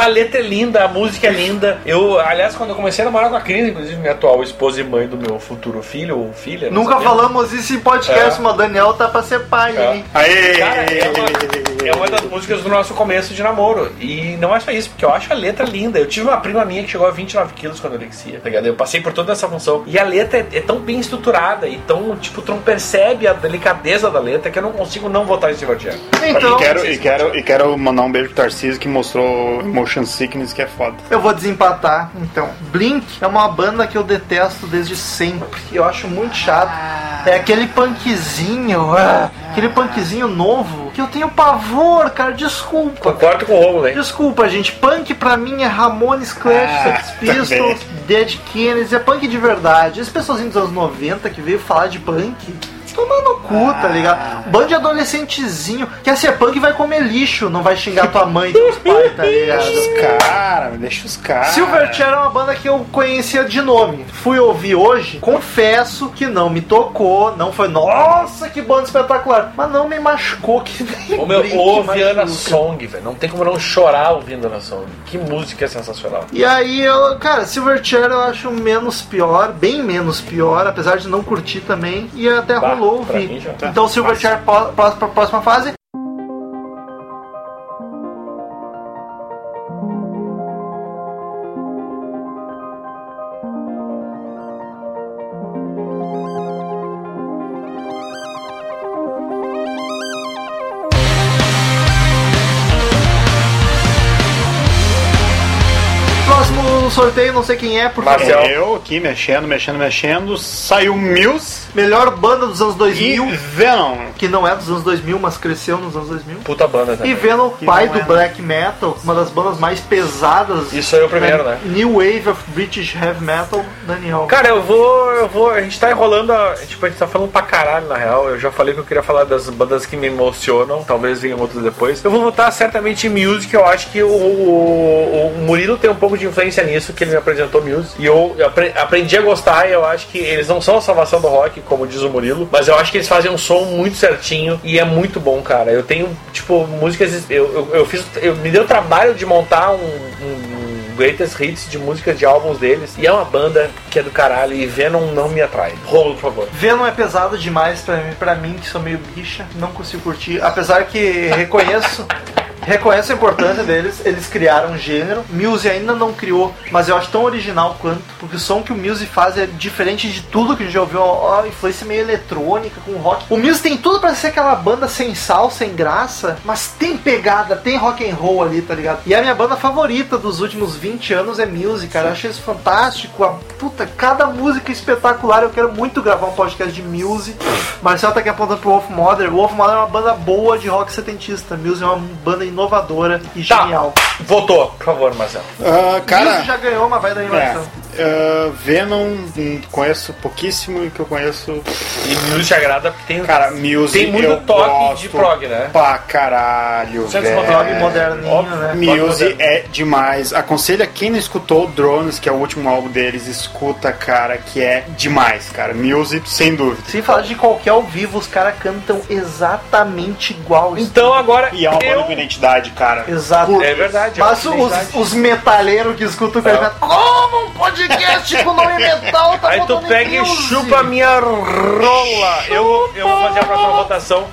A letra é linda, a música é linda. Eu, aliás, quando eu comecei a namorar com a Cris, inclusive minha atual esposa e mãe do meu futuro filho ou filha. não Nunca sei. né? falamos isso em podcast, É. mas o Daniel tá pra ser pai, É. hein? Aê! Cara, é uma, é uma das músicas do nosso começo de namoro. E não é só isso, porque eu acho a letra linda. Eu tive uma prima minha que chegou a 29 quilos com anorexia, tá ligado? Eu passei por toda essa função. E a letra é, é tão bem estruturada e tão, tipo, tu não percebe a delicadeza da letra que eu não consigo não votar nesse roteiro. e, Então, quero, e, quero, e quero mandar um beijo pro Tarcísio que mostrou Motion Sickness, que é foda. eu vou desempatar. Então, Blink é uma banda que eu detesto desde sempre. Eu acho muito chato. É aquele punkzinho, ah, aquele punkzinho novo que eu tenho pavor, cara. Desculpa. Concordo com o Romulo, hein? Desculpa, gente. Punk pra mim é Ramones, Clash, Ah, Sex Pistols, Dead Kennedys. É punk de verdade. Esse pessoalzinho dos anos 90 que veio falar de punk. Toma no cu, tá ligado? Bando de adolescentezinho. Quer ser punk vai comer lixo, não vai xingar tua mãe e teus pais, tá ligado? Os caras, deixa os Ah. caras. Silverchair é uma banda que eu conhecia de nome. Fui ouvir hoje, confesso que não me tocou, não foi, nossa, que banda espetacular. Mas não me machucou que nem O meu, Blink ouve Ana machuca. Song, velho. Não tem como não chorar ouvindo Ana Song. Que música sensacional. E aí, eu, cara, Silverchair eu acho menos pior, bem menos pior, apesar de não curtir também, e até Bah, rolou pra ouvir. mim já tá Então, Silverchair pó- pró- pra próxima fase. Próximo sorteio, não sei quem é, por favor. Marcel. Eu aqui mexendo, mexendo, mexendo. Saiu Mills Melhor banda dos anos e 2000, Venom. que não é dos anos 2000, mas cresceu nos anos 2000. Puta banda, E né? Venom, pai não do é. black metal, uma das bandas mais pesadas. Isso aí é o primeiro, né? New Wave of British Heavy Metal, Daniel. Cara, eu vou, eu vou. A gente tá enrolando. A, tipo, a gente tá falando pra caralho, na real. Eu já falei que eu queria falar das bandas que me emocionam. Talvez venham outras depois. Eu vou votar certamente em Muse, que eu acho que o, o- o Murilo tem um pouco de influência nisso, que ele me apresentou Muse. E eu apre- aprendi a gostar. E eu acho que eles não são a salvação do rock, como diz o Murilo. Mas eu acho que eles fazem um som muito certinho. E é muito bom, cara. Eu tenho, tipo, músicas. Eu, eu, eu fiz. Eu, me deu trabalho de montar um- um greatest hits de músicas de álbuns deles. E é uma banda que é do caralho e Venom não me atrai. Rolo, por favor. Venom é pesado demais pra mim, pra mim, que sou meio bicha, não consigo curtir. Apesar que reconheço. Reconheço a importância deles, eles criaram um gênero. Muse ainda não criou, mas eu acho tão original quanto, porque o som que o Muse faz é diferente de tudo que a gente já ouviu. Ó, ó, influência meio eletrônica com rock. O Muse tem tudo pra ser aquela banda sem sal, sem graça, mas tem pegada, tem rock and roll ali, tá ligado? E a minha banda favorita dos últimos 20 anos é Muse, cara. Eu achei isso fantástico. A puta, cada música espetacular. Eu quero muito gravar um podcast de Muse. Marcel tá aqui apontando pro Wolf Mother. O Wolf Mother é uma banda boa de rock setentista. Muse é uma banda inovadora e Tá. genial. Votou, por favor, Marcelo. Ah, Muse já então. ganhou, mas vai daí, É. Marcel. Ah, Venom, hum, conheço pouquíssimo e que eu conheço. E Muse te agrada porque tem. Cara, Muse Tem muito eu toque gosto de prog, né? Pra caralho. Você é velho. descontrolado Rock moderninho, óbvio. né? Muse é demais. Aconselho a quem não escutou Drones, que é o último álbum deles, escuta, cara, que é demais, cara. Muse, sem dúvida. Sem falar de qualquer ao vivo, os caras cantam exatamente igual. Então agora. E é uma banda com eu... identidade, cara. Exato. É verdade. é Mas uma os, identidade. os metaleiros que escutam o metal. Como um podcast com nome metal tá Aí tu botando em pega e Muse? chupa a minha rola. Eu, eu vou fazer a próxima votação.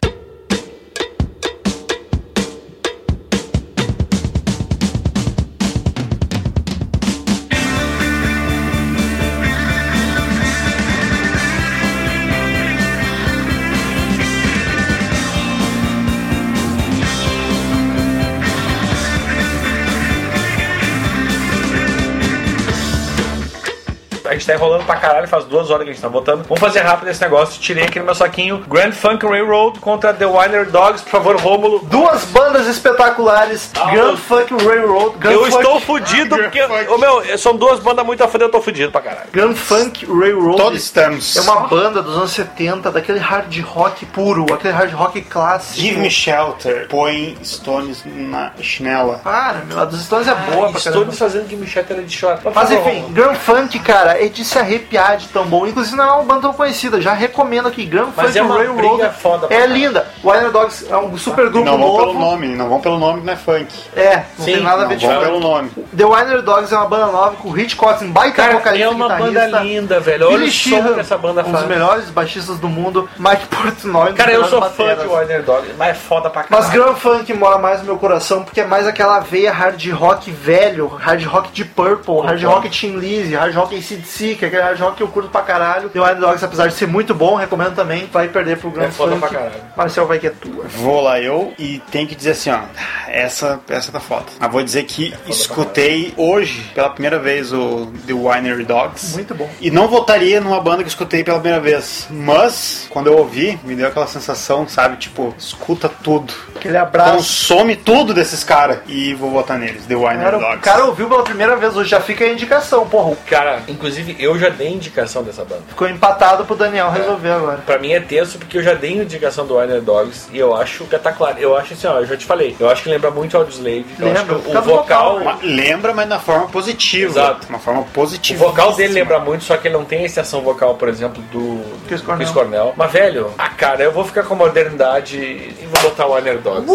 A gente tá enrolando pra caralho, faz duas horas que a gente tá votando. Vamos fazer rápido esse negócio. Tirei aqui no meu saquinho. Grand Funk Railroad contra The Winer Dogs. Por favor, Rômulo. Duas bandas espetaculares, Ah, Grand eu- Funk Railroad, Grand Eu Funk, estou fudido porque. Funk. Ô, meu, são duas bandas muito a fuder, eu tô fudido pra caralho. Grand Funk Railroad. Todos estamos. É uma banda dos anos 70, daquele hard rock puro, aquele hard rock clássico. Give me shelter. Põe Stones na chinela. Para, meu, a dos Stones é boa pra Estou caramba. desfazendo que Michel era de chorar. Mas enfim, Grand Funk, cara, é de se arrepiar de tão bom. Inclusive não é uma banda tão conhecida, já recomendo aqui. Grand Mas Funk é uma Railroad briga foda pra é caralho. linda. O Iron Dogs é um super grupo Não vão novo. pelo nome, não vão pelo nome que não é funk. É, não Sim, tem nada a Não ver de vão funk. pelo nome. The Winer Dogs é uma banda nova com o Rich Cotton, baita Cara, vocalista é uma e banda guitarrista. linda, velho. Olha Billy o som Sheehan, que essa banda um dos faz. melhores baixistas do mundo, Mike Portnoy. um dos Cara, eu melhores sou fã bateras. de Warner Dog, mas é foda pra caralho. Mas Grand Funk mora mais no meu coração porque é mais aquela veia hard rock velho, hard rock de Purple, hard rock Tim Lizzy, hard rock ACDC, que é aquele hard rock que eu curto pra caralho. The Wine Dogs, apesar de ser muito bom, recomendo também, vai perder pro Grand É foda Funk. pra caralho. Marcel vai que é tua. Vou lá eu e tenho que dizer assim, ó, essa, essa tá foda. Mas vou dizer que escutei hoje, pela primeira vez, o The Winery Dogs. Muito bom. E não votaria numa banda que eu escutei pela primeira vez. Mas, quando eu ouvi, me deu aquela sensação, sabe? Tipo, escuta tudo. Aquele abraço. Consome tudo desses caras. E vou votar neles, The Winery Cara, Dogs. o cara ouviu pela primeira vez hoje, já fica a indicação, porra. Cara, inclusive eu já dei indicação dessa banda. Ficou empatado pro Daniel resolver agora. Pra mim é tenso porque eu já dei indicação do Warner Dogs e eu acho que tá claro. Eu acho assim, ó, eu já te falei. Eu acho que lembra muito Audioslave. Eu acho que Lembra, o, por causa do vocal. vocal, né? Ma- Lembra, mas na forma positiva. Exato. Uma forma O positiva. vocal dele lembra muito, só que ele não tem a extensão vocal, por exemplo, do do Chris Cornell. Mas, velho, ah, cara, eu vou ficar com a modernidade e vou botar o Warner Dogs.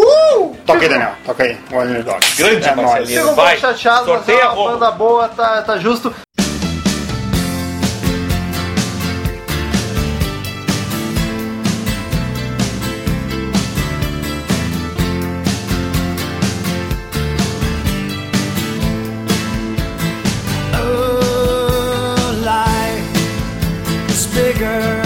Toca aí, Daniel. Toca aí. Winery Dogs. Grande É, nós. Marcelinho. Fico um pouco Vai, chateado, mas sorteia é a uma roupa. banda boa, tá, tá justo. Oh, life is bigger.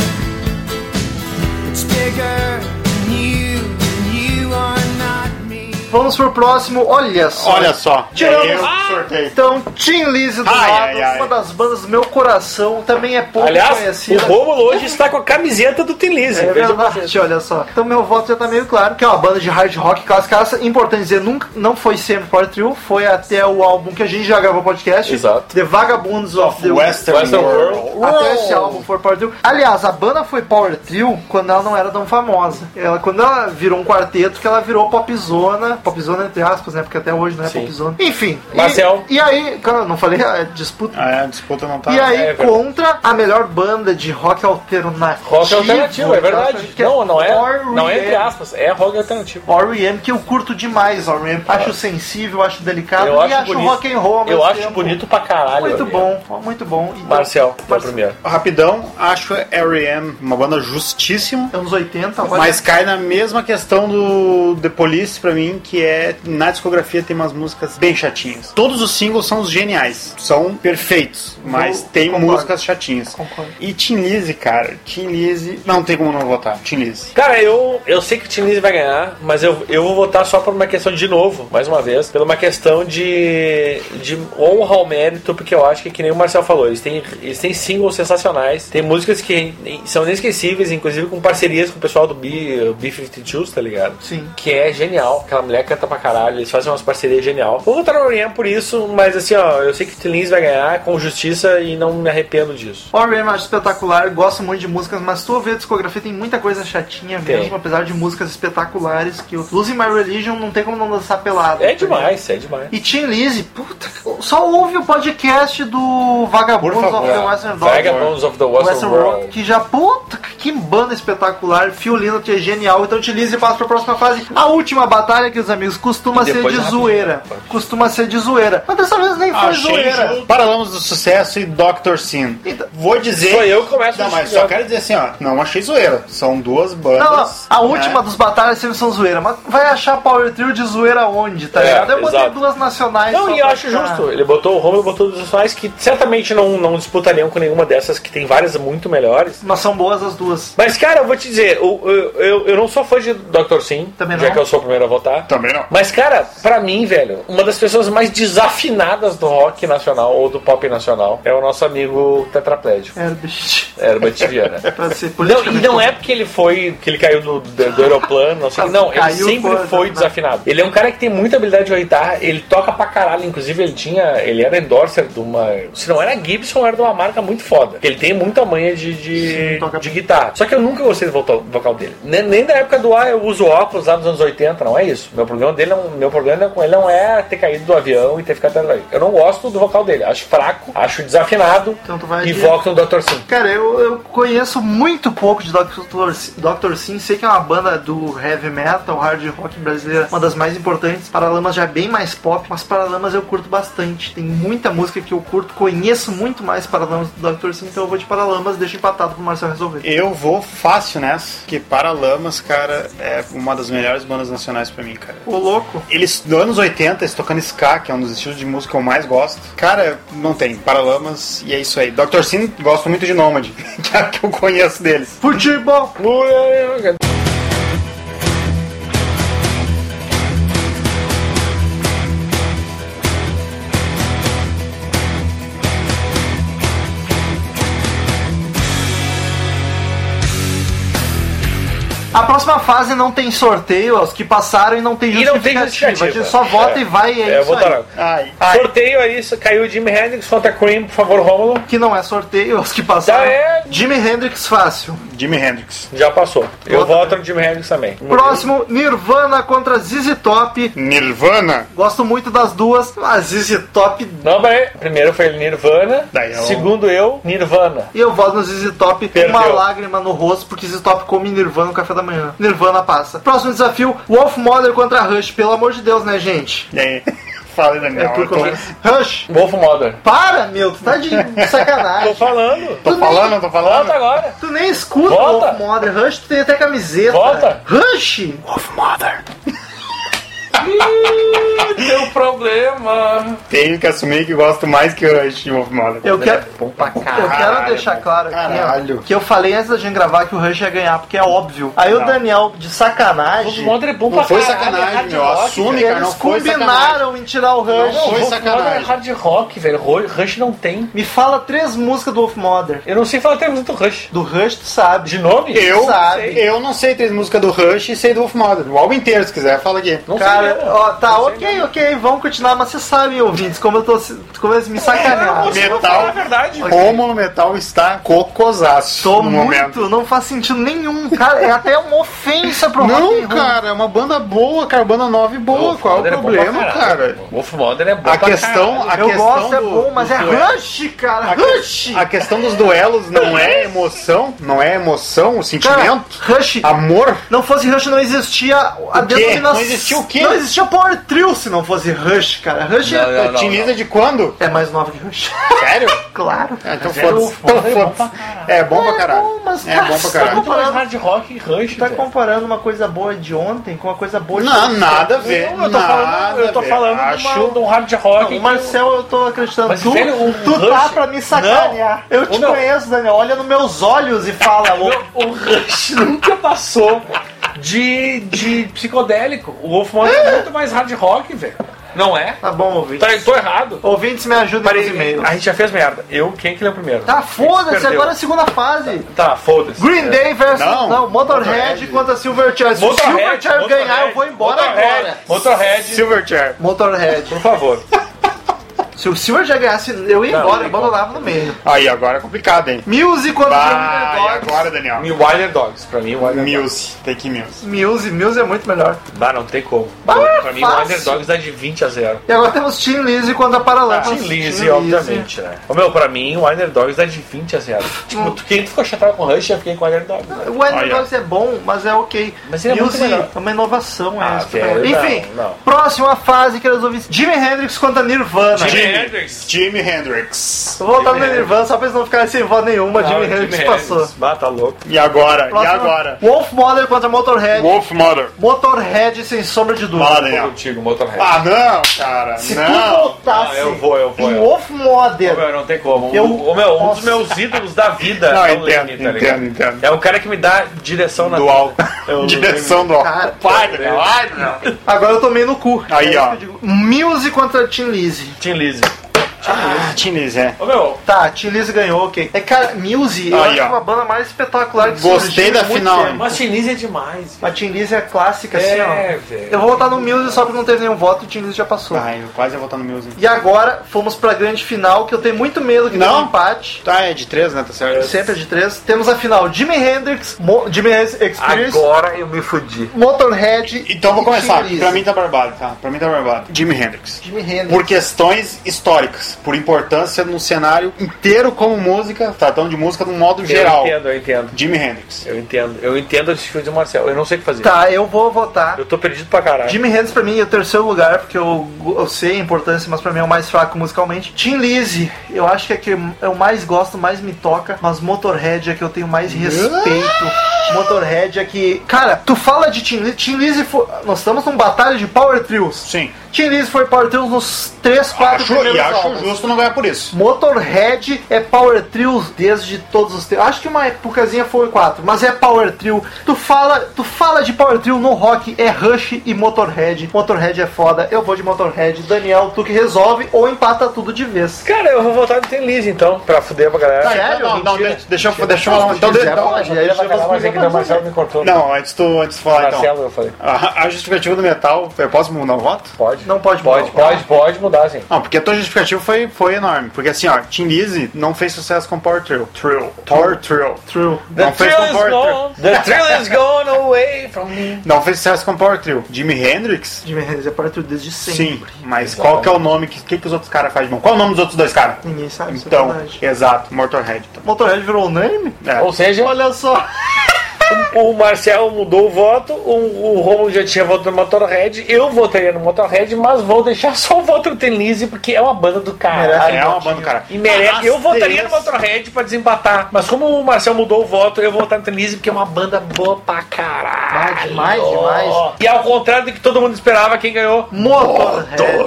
It's bigger than you, and you are not me. Vamos pro próximo, olha só. Olha só. Tiramos- É eu que sorteio. Então, Tim Lizzy do Ai, lado, ai, ai. uma das bandas do meu coração, também é pouco Aliás, conhecida. o Romulo hoje está com a camiseta do Tilize. É verdade, olha só. Então meu voto já tá meio claro, que é uma banda de hard rock clássica. é Importante dizer, nunca, não foi sempre Power Trio, foi até o álbum que a gente já gravou podcast. Exato. The Vagabonds of, the Western, Western World. World. Até esse álbum foi Power Trio. Aliás, a banda foi Power Trio quando ela não era tão famosa. Ela, quando ela virou um quarteto, que ela virou popzona. Popzona entre aspas, né? Porque até hoje não é Sim. popzona. Enfim. e- Marcel. E, aí, cara, não falei a disputa. Ah, é, a disputa não tá. E aí, é verdade. contra a melhor banda de rock alternativo. Rock alternativo, é verdade. Que Não, não é, R.E.M.. não é entre aspas, é rock alternativo. R.E.M. que eu curto demais, R.E.M. Acho sensível, acho delicado Eu e acho acho bonito. rock and roll ao Eu mesmo acho tempo. bonito pra caralho. Muito né? bom, muito bom. Então, Marcel, foi o Marcel. primeiro. Rapidão, acho R.E.M. uma banda justíssima. Anos 80, olha, Mas cai na mesma questão do The Police pra mim, que é na discografia tem umas músicas bem chatinhas. Todos os singles são os geniais, são perfeitos, mas Eu tem concordo. músicas chatinhas. Concordo. E Tim Lizzy, cara, Tim Lizzy, não tem como não votar. Tim Lizzy. Cara, eu, eu sei que o Tinize vai ganhar, mas eu, eu vou votar só por uma questão de novo, mais uma vez, pela uma questão de, de honra ao mérito, porque eu acho que, que nem o Marcel falou, eles têm, eles têm singles sensacionais, tem músicas que nem- são inesquecíveis, inclusive com parcerias com o pessoal do B, B-52s, tá ligado? Sim. Que é genial, aquela mulher canta pra caralho, eles fazem umas parcerias genial. Vou votar no Orion por isso, mas assim, ó, eu sei que o Tinize vai ganhar com justiça e não me arrependo disso. R.E.M. acho espetacular, gosto muito de músicas, mas tu ouvir a discografia tem muita coisa chatinha Tem. mesmo, apesar de músicas espetaculares que o Losing My Religion não tem como não dançar pelado. É tá ligado? demais, é demais. E Tim Lizzy, puta, só ouve o podcast do Vagabundos Por favor. of the Então, Western Dogs. Vagabonds of the Western Western World, World. que já, puta, que banda espetacular, Phil Lynott é genial, então utilize e passa pra próxima fase. A última batalha, queridos amigos, costuma E ser depois de rapidinho, né? zoeira. rapaz. Costuma ser de zoeira. Mas dessa vez nem foi zoeira. Paralamas do Sucesso e Dr. Sin. Então- Vou dizer. Sou eu que começo Não, a mas discutir. só quero dizer assim, ó. Não achei zoeira. São duas bandas. Não, não, É. a né? última dos batalhas sempre são zoeira, mas vai achar Power Trio de zoeira onde, tá É, ligado? Eu botei exato. duas nacionais. Não, só e eu pra acho ficar- justo. Ele botou o Romulo, botou os nacionais que certamente não, não disputariam com nenhuma dessas, que tem várias muito melhores. Mas são boas as duas. Mas, cara, eu vou te dizer, eu, eu, eu, eu não sou fã de Dr. Sim, Também já não. que eu sou o primeiro a votar. Também não. Mas, cara, pra mim, velho, uma das pessoas mais desafinadas do rock nacional ou do pop nacional é o nosso amigo tetraplégico, Era É, bicho. Herbert Viana. Pra ser Não, e politicamente não é porque ele foi. que ele caiu do, do, do aeroplano, não sei o que. Não, ele Caiu sempre por- foi desafinado. Ele é um cara que tem muita habilidade de guitarra, ele toca pra caralho. Inclusive, ele tinha. Ele era endorser de uma. Se não era Gibson, era de uma marca muito foda. Ele tem muita manha de, de, Sim, toca de guitarra. Só que eu nunca gostei do vocal, vocal dele. Nem, nem da época do ah, eu uso óculos lá nos anos 80, não é isso? Meu problema dele não, meu problema com ele não é ter caído do avião e ter ficado atrás do avião. Eu não gosto do vocal dele, acho fraco, acho desafinado Então tu vai e de- voto no Dr. Sim. Cara, eu, eu conheço muito pouco de Dr. Sim- Dr. Sim, sei que é uma banda do heavy metal, hard rock brasileira, uma das mais importantes. Paralamas já é bem mais pop, mas Paralamas eu curto bastante. Tem muita música que eu curto, conheço muito mais Paralamas do Dr. Sim, então eu vou de Paralamas, deixo empatado pro Marcel resolver. Eu vou fácil nessa, que Paralamas, cara, é uma das melhores bandas nacionais pra mim, cara. Ô louco, Eles, nos anos 80, eles tocando ska, que é um dos estilos de música que eu mais gosto. Cara, não tem. Paralamas, e é isso aí. Dr. Sim, gosto muito de Nomad, que é o que eu conheço deles. futebol! A próxima fase não tem sorteio, ó, os que passaram e não tem E justificativa. não tem justificativa. A gente só vota É. e vai e é, É, isso aí. votaram. Ai, ai. Sorteio é isso, caiu o Jimi Hendrix, Fanta Cream, por favor, Rômulo. Que não é sorteio, os que passaram. Já é. Jimi Hendrix fácil. Jimi Hendrix. Já passou. Eu Vota. voto no Jimi Hendrix também. Próximo, Nirvana contra ZZ Top. Nirvana. Gosto muito das duas. A ZZ Top. Não, peraí. Primeiro foi Nirvana. Daí eu- Segundo eu, Nirvana. E eu voto no ZZ Top com Perdeu. uma lágrima no rosto, porque ZZ Top come Nirvana no café da manhã. Nirvana passa. Próximo desafio: Wolf Mother contra Rush. Pelo amor de Deus, né, gente? E aí? Fala, É Daniel. tu eu tô- começa. Rush! Wolf Mother. Para, meu, tu tá de Tô sacanagem. falando. Tô falando, tô falando. Volta agora. Tu nem escuta Volta. Wolf Mother. Rush, tu tem até camiseta. Volta. Rush! Wolf Mother. Teu problema. Tenho que assumir que gosto mais que o Rush de Wolf Mother. É Eu quero. Eu quero Caralho, deixar mano. claro aqui, ó, Caralho. que eu falei antes da gente gravar que o Rush ia ganhar, porque é óbvio. Aí o Não. Daniel, de Wolf sacanagem, Mother é bom pra Não foi caralho, é sacanagem, hard meu. rock, Assume, velho. cara. Não eles foi sacanagem. combinaram em tirar o Rush. Não foi Wolf Mother é sacanagem. hard rock, velho. Ro- Rush não tem. Me fala três músicas do Wolf Mother. Eu não sei falar termos do Rush. Do Rush, tu sabe. De nome? Eu, Sabe. eu não sei três músicas do Rush e sei do Wolf Mother. O álbum inteiro, se quiser, fala aqui. Não Cara, sei. mesmo. ó, tá, Não ok, sei ok, vamos continuar, mas vocês sabem, ouvintes, como eu tô. se- Como eles me sacanearam. Meu- Vou falar a verdade. Rômulo Metal está cocosaço Tô no muito, momento. não faz sentido nenhum, cara. É até uma ofensa pro rock Não, and roll. cara, é uma banda boa, cara, banda nova e boa. Wolf Qual Mother é é o bom problema, pra caralho. cara? Wolf Mother é bom A pra questão, caralho. a Eu questão gosto, é do- bom, mas do é duelo. Rush, cara, A que- Rush! A questão dos duelos não é emoção, não é emoção, o Cara, sentimento, Rush. amor. Não fosse Rush, não existia a O quê? denominação. Não existia o quê? Não existia Power Trio se não fosse Rush, cara. Rush Não, é... não, não, Utiliza de quando? é mais nova que Rush. Sério? claro. Ah, então Mas é foda-se. Wolf Mother, é bom Então foda-se. É bom pra pra caralho. bom, mas, É cara, bom pra É caralho. muito mais hard rock e Rush, Tá velho. comparando uma coisa boa de ontem com uma coisa boa de Não, hoje. nada a ver. Não, eu tô falando, eu tô nada a ver. falando de uma- Acho- de um hard rock. Não, é que- o Marcel, eu tô acreditando. Mas, tu velho, o tu tá Rush- pra me sacanear. Não. eu te Ô, meu. conheço, Daniel. Olha nos meus olhos e fala. ô, Não, o Rush nunca passou de, de psicodélico. O Wolf Mother é muito mais hard rock, velho. Não é? Tá bom, ouvintes. Tá, tô errado. Ouvintes, me ajudem Parei, nos e-mails. a gente já fez merda. Eu, quem é que leu primeiro? Tá, foda-se. Perdeu. Agora é a segunda fase. Tá, foda-se. Green Day versus não, Não. Motorhead Motorhead. contra Silverchair. Se o Motorhead, Silverchair Motorhead, ganhar, eu vou embora Motorhead, agora. Motorhead, Silverchair. Motorhead. por favor. Se o Silverchair ganhasse, eu ia Não, embora, não. abandonava no meio. Aí, agora é complicado, hein? Muse contra Vai, The Underdogs. agora, Daniel. Me Wilder Dogs, pra mim, Wilder Dogs. Muse, tem que Muse. Muse, Muse é muito melhor. Bah, não tem como. Bah, pra mim, Ah, fácil. Wilder Dogs dá de 20 a 0. E agora temos Team Lizzy contra Ah, Paralamas. Team Lizzy, obviamente, né? Ô, meu, pra mim, o Wilder Dogs dá de 20 a 0. Tipo, tu, quem tu ficou chateado com o Rush, eu fiquei com o Wilder Dogs. O Underdogs Olha. é bom, mas é ok. Mas ele é muito Muse melhor. é uma inovação, é Ah, isso. velho, Enfim, não, não. próxima fase que eles ouvem. Jimi Hendrix contra Nirvana. Jimi Jimi Hendrix. Jimi Hendrix. Vou voltar no Jimi Nirvana só pra eles não ficarem sem voz nenhuma. Jimi Jimi Hendrix passou. Bah, tá louco. E agora? E Próximo, agora? Wolf Mother contra Motorhead. Wolf Mother. Motorhead sem sombra de dúvida. Fala, Tô Daniel. contigo, Motorhead. É. Ah, não, cara. Se tu Não. Ah, voltasse eu vou, eu vou. em Eu. Wolf Mother, Ô, meu, não tem como. Eu- O, o meu, um Nossa. dos meus ídolos da vida Não, é o entendo, Lenny, tá ligado? entendo, entendo. É o cara que me dá direção na Do álcool. Eu- Direção do álcool. Cara, Vai, Daniel. Vai, Daniel. agora eu tomei no cu. Aí, É isso ó. que eu digo. Muse contra Tim Lizzy. Tim Lizzy. Ah, Tines, é. Ô meu, Tá, Tim Lizzy ganhou, ok. É, cara, Muse, eu Aí, acho ó. uma banda mais espetacular que Gostei surgiu da em muito final, tempo. hein? mas Chinese é demais. A Tim Lizzy é clássica, assim, É, ó. velho. Eu vou votar no Muse só porque não teve nenhum voto e o Tim Lizzy já passou. Ah, eu quase ia votar no Muse. E agora, fomos pra grande final, que eu tenho muito medo que Não. dê um empate. Tá, é de três, né? Tá certo. Sempre é de três. Temos a final Jimi Hendrix, Mo Jimi Hendrix Experience, Agora eu me fudi. Motorhead Então vou e Tim começar. Lizzy. Pra mim tá barbado, tá? Pra mim tá barbado. Jimi Hendrix. Jimi Hendrix. Por questões históricas, por importância no cenário inteiro como música, tratando de música de um modo geral. Eu entendo, eu entendo. Jimi Hendrix. Eu entendo. Eu entendo a desfile do Marcel. Eu não sei o que fazer. Tá, eu vou votar. Eu tô perdido pra caralho. Jimi Hendrix pra mim é o terceiro lugar, porque eu, eu sei a importância, mas pra mim é o mais fraco musicalmente. Tim Lizzy, eu acho que é que eu mais gosto, mais me toca, mas Motorhead é que eu tenho Ah! mais respeito. Motorhead é que. Cara, tu fala de Tim Lizzy. Tim Lizzy foi. Nós estamos num batalha de Power Trios. Sim. Tim Lizzy foi Power Trios nos 3, 4 Acho, primeiros e acho álbuns. justo não ganhar por isso. Motorhead é Power Trio desde todos os tempos. Acho que uma épocazinha foi quatro, mas é Power Trio. Tu fala, tu fala de Power Trio no rock, é Rush e Motorhead. Motorhead é foda, eu vou de Motorhead. Daniel, tu que resolve ou empata tudo de vez. Cara, eu vou votar no Tenlise então, pra fuder pra galera. Tá, Sério? então, Não, não, Mentira. deixa, deixa eu deixa eu falar. Então, Se de- quiser, não, pode. Aí eu Pra já caralho, vou mas é que o Marcelo me cortou. não, antes tu antes tu falar então. Marcelo, eu falei. A, a justificativa do metal, eu posso mudar o voto? Pode? Não pode Pode, mudar. pode, pode mudar, sim. Não, porque a tua justificativa foi, foi enorme. Porque assim, ó, Tim Lizzy não fez sucesso com Power Trill. Trill. Power Trill. True. Não fez com Power Trill. the thrill is gone away from me. Não fez sucesso com Power Trio. Jimi Hendrix? Jimi Hendrix é Power Trio desde Sim. sempre. Mas qual que é o nome? O que, que, que os outros caras fazem de bom? Qual é o nome dos outros dois caras? Ninguém sabe isso Então, é verdade. exato, Motorhead. Então. Motorhead virou unânime? É. Ou seja, Olha só. o Marcel mudou o voto, o, o Romulo já tinha voto no Motorhead, eu votaria no Motorhead, mas vou deixar só o voto no Tenlise, porque é uma banda do caralho. é uma banda do cara. E merece. eu votaria no Asterisco. Motorhead pra desempatar. Mas como o Marcel mudou o voto, eu vou votar no Tenise porque é uma banda boa pra Ah, caralho. demais, demais. E ao contrário do que todo mundo esperava, quem ganhou? Motorhead.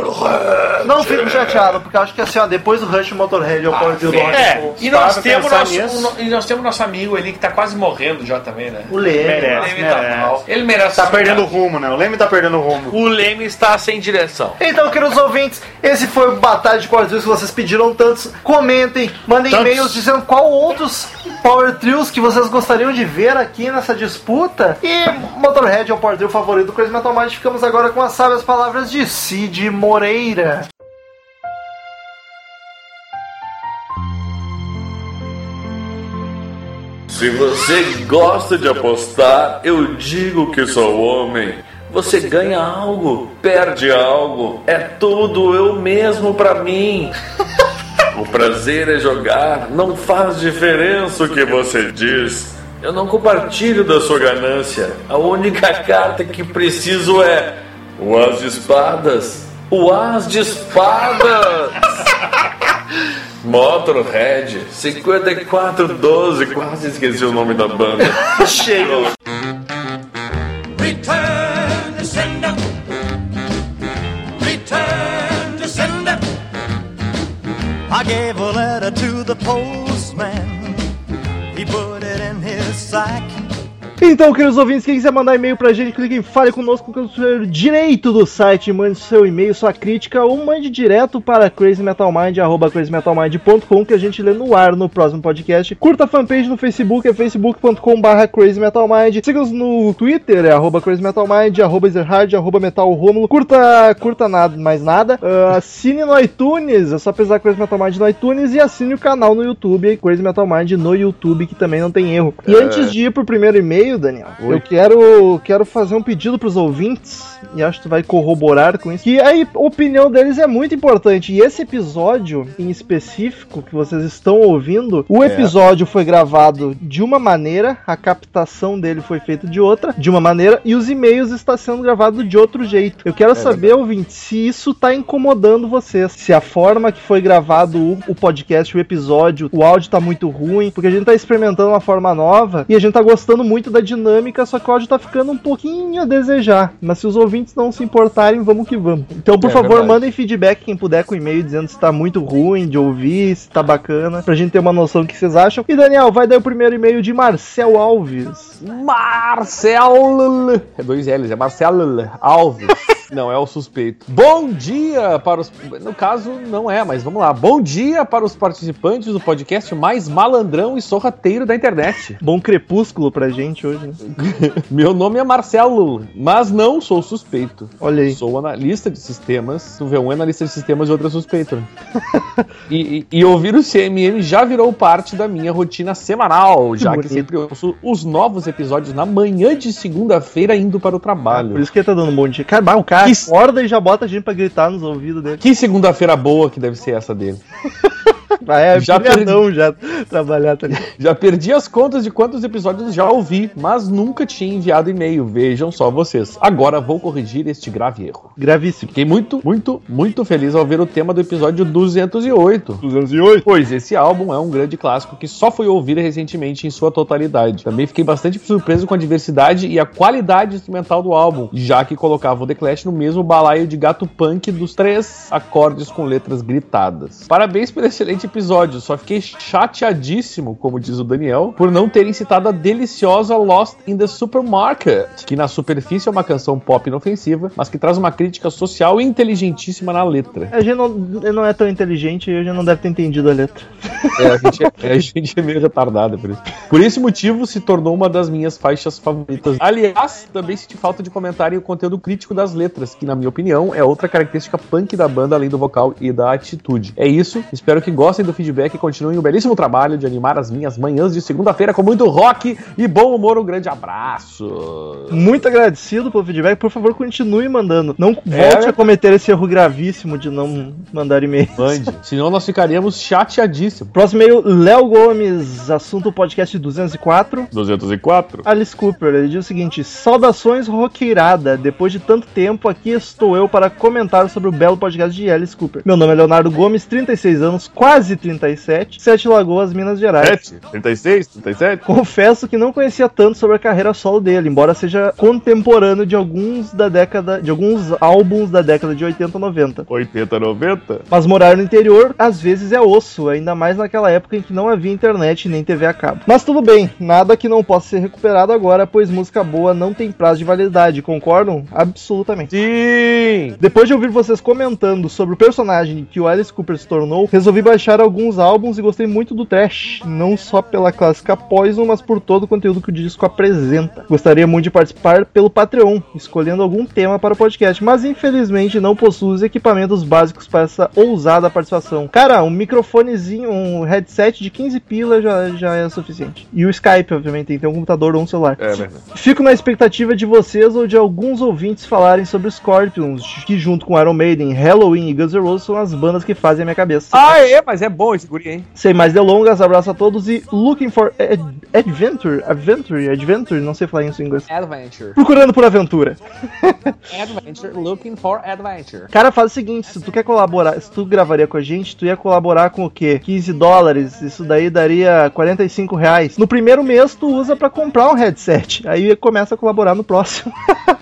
Não fico chateado, porque eu acho que assim, ó, depois do Rush Motorhead é o Power Trio do rock. É, Tipo, e nós, para temos pensar nosso, nisso. o no- e nós temos nosso amigo ali que tá quase morrendo já também, né? O Leme. Merece. Leme tá merece. mal. Ele merece. Tá ser perdendo o humilhado. rumo, né? O Leme tá perdendo o rumo. O Leme está sem direção. Então, queridos ouvintes, esse foi o Batalha de Power Trios que vocês pediram tantos. Comentem, mandem Tantos. e-mails dizendo qual outros Power Trios que vocês gostariam de ver aqui nessa disputa. E Motorhead é o Power Trio favorito do Crazy Metal Mind. Ficamos agora com as sábias palavras de Cid Moreira. Se você gosta de apostar, eu digo que sou homem. Você ganha algo, perde algo. É tudo eu mesmo pra mim. O prazer é jogar, não faz diferença o que você diz. Eu não compartilho da sua ganância. A única carta que preciso é o as de espadas. O as de espadas. Motorhead 5412, quase esqueci o nome da banda. Cheio. Return to sender. Return to sender. I gave a letter to the postman. He put it in his sack. Então, queridos ouvintes, quem quiser mandar e-mail pra gente, clique em Fale Conosco, que é o canceiro direito do site, mande seu e-mail, sua crítica, ou mande direto para crazymetalmind, arroba crazymetalmind.com, que a gente lê no ar no próximo podcast. Curta a fanpage no Facebook, é facebook.com crazymetalmind. Siga-nos no Twitter, é arroba crazymetalmind, arroba zerhard, arroba metalromulo. Curta, curta nada, mais nada. Ah, assine no iTunes, é só pesar Crazy Metal Mind no iTunes e assine o canal no YouTube, Crazy Metal Mind no YouTube, que também não tem erro. E antes de ir pro primeiro e-mail, Daniel, eu quero, quero fazer um pedido pros ouvintes, e acho que tu vai corroborar com isso, que a i- opinião deles é muito importante. E esse episódio em específico que vocês estão ouvindo, o episódio foi gravado de uma maneira, a captação dele foi feita de outra, de uma maneira, e os e-mails está sendo gravado de outro jeito. Eu É quero saber, ouvinte, se isso tá incomodando vocês. Se a forma que foi gravado o, o podcast, o episódio, o áudio tá muito ruim, porque a gente tá experimentando uma forma nova e a gente tá gostando muito da dinâmica, só que o áudio tá ficando um pouquinho a desejar. Mas se os ouvintes não se importarem, vamos que vamos. Então, por É favor, verdade. mandem feedback quem puder com e-mail dizendo se tá muito ruim de ouvir, se tá bacana, pra gente ter uma noção do que vocês acham. E Daniel, vai dar o primeiro e-mail de Marcel Alves. Marcel. É dois L's, é Marcel Alves. Não, é o suspeito. Bom dia para os. No caso, não é, mas vamos lá. Bom dia para os participantes do podcast mais malandrão e sorrateiro da internet. Bom crepúsculo pra gente hoje, né? Meu nome é Marcelo, mas não sou suspeito. Olha aí. Sou analista de sistemas. Tu vê, um é analista de sistemas e outro é suspeito. né? e, e- e ouvir o CMM já virou parte da minha rotina semanal, já que bonito. sempre ouço os novos episódios na manhã de segunda-feira indo para o trabalho. Por isso que ele tá dando um bom dia. Cara, bah, o cara Que- acorda e já bota a gente pra gritar nos ouvidos dele. Que segunda-feira boa que deve ser essa dele. Ah, é Já já pilhadão já trabalhar, tá ligado? Já perdi as contas de quantos episódios já ouvi, mas nunca tinha enviado e-mail. Vejam só vocês. Agora vou corrigir este grave erro. Gravíssimo. Fiquei muito, muito, muito feliz ao ver o tema do episódio 208. 208. Pois esse álbum é um grande clássico que só foi ouvido recentemente em sua totalidade. Também fiquei bastante surpreso com a diversidade e a qualidade instrumental do álbum, já que colocava o The Clash no mesmo balaio de gato punk dos três acordes com letras gritadas. Parabéns pelo excelente episódio, só fiquei chateadíssimo, como diz o Daniel, por não terem citado a deliciosa Lost in the Supermarket, que na superfície é uma canção pop inofensiva, mas que traz uma crítica social inteligentíssima na letra. A gente não, ele não é tão inteligente e a gente não deve ter entendido a letra. É, a gente é, a gente é meio retardada por isso. Por esse motivo, se tornou uma das minhas faixas favoritas. Aliás, também senti falta de comentário e o conteúdo crítico das letras, que, na minha opinião, é outra característica punk da banda, além do vocal e da atitude. É isso, espero que gostem do feedback e continuem o belíssimo trabalho de animar as minhas manhãs de segunda-feira com muito rock e bom humor. Um grande abraço. Muito agradecido pelo feedback. Por favor, continue mandando. Não É. volte a cometer esse erro gravíssimo de não mandar e-mail. Mande, senão nós ficaríamos chateadíssimos. Próximo e-mail, Léo Gomes, assunto podcast 204. 204. Alice Cooper, ele diz o seguinte: Saudações roqueirada. Depois de tanto tempo, aqui estou eu para comentar sobre o belo podcast de Alice Cooper. Meu nome é Leonardo Gomes, 36 anos, quase 37, Sete Lagoas, Minas Gerais. 36, 37. É. Confesso que não conhecia tanto sobre a carreira solo dele, embora seja contemporâneo de alguns da década, de alguns álbuns da década de 80 e 90. 80, 90? Mas morar no interior às vezes é osso, ainda mais naquela época em que não havia internet nem TV a cabo. Mas tudo bem, nada que não possa ser recuperado agora, pois música boa não tem prazo de validade, concordam? Absolutamente. Sim! Depois de ouvir vocês comentando sobre o personagem que o Alice Cooper se tornou, resolvi baixar alguns álbuns e gostei muito do trash, não só pela clássica Poison, mas por todo o conteúdo que o disco apresenta. Gostaria muito de participar pelo Patreon, escolhendo algum tema para o podcast, mas infelizmente não possuo os equipamentos básicos para essa ousada participação. Cara, um microfonezinho, um headset de 15 pila já, já é suficiente. E o Skype, obviamente, tem que ter um computador ou um celular. É verdade. Fico na expectativa de vocês ou de alguns ouvintes falarem sobre Scorpions, que junto com Iron Maiden, Halloween e Guns N' Roses são as bandas que fazem a minha cabeça. Ah, é, mas é bom esse guri, hein? Sem mais delongas, abraço a todos e looking for ad- adventure, adventure, adventure, não sei falar isso em inglês. Adventure. Procurando por aventura. Adventure, looking for adventure. Cara, faz o seguinte, se tu quer colaborar, se tu gravaria com a gente, tu ia colaborar com o quê? 15 dólares, isso daí daria 45 reais. No primeiro mês, tu usa pra comprar um headset. Aí começa a colaborar no próximo.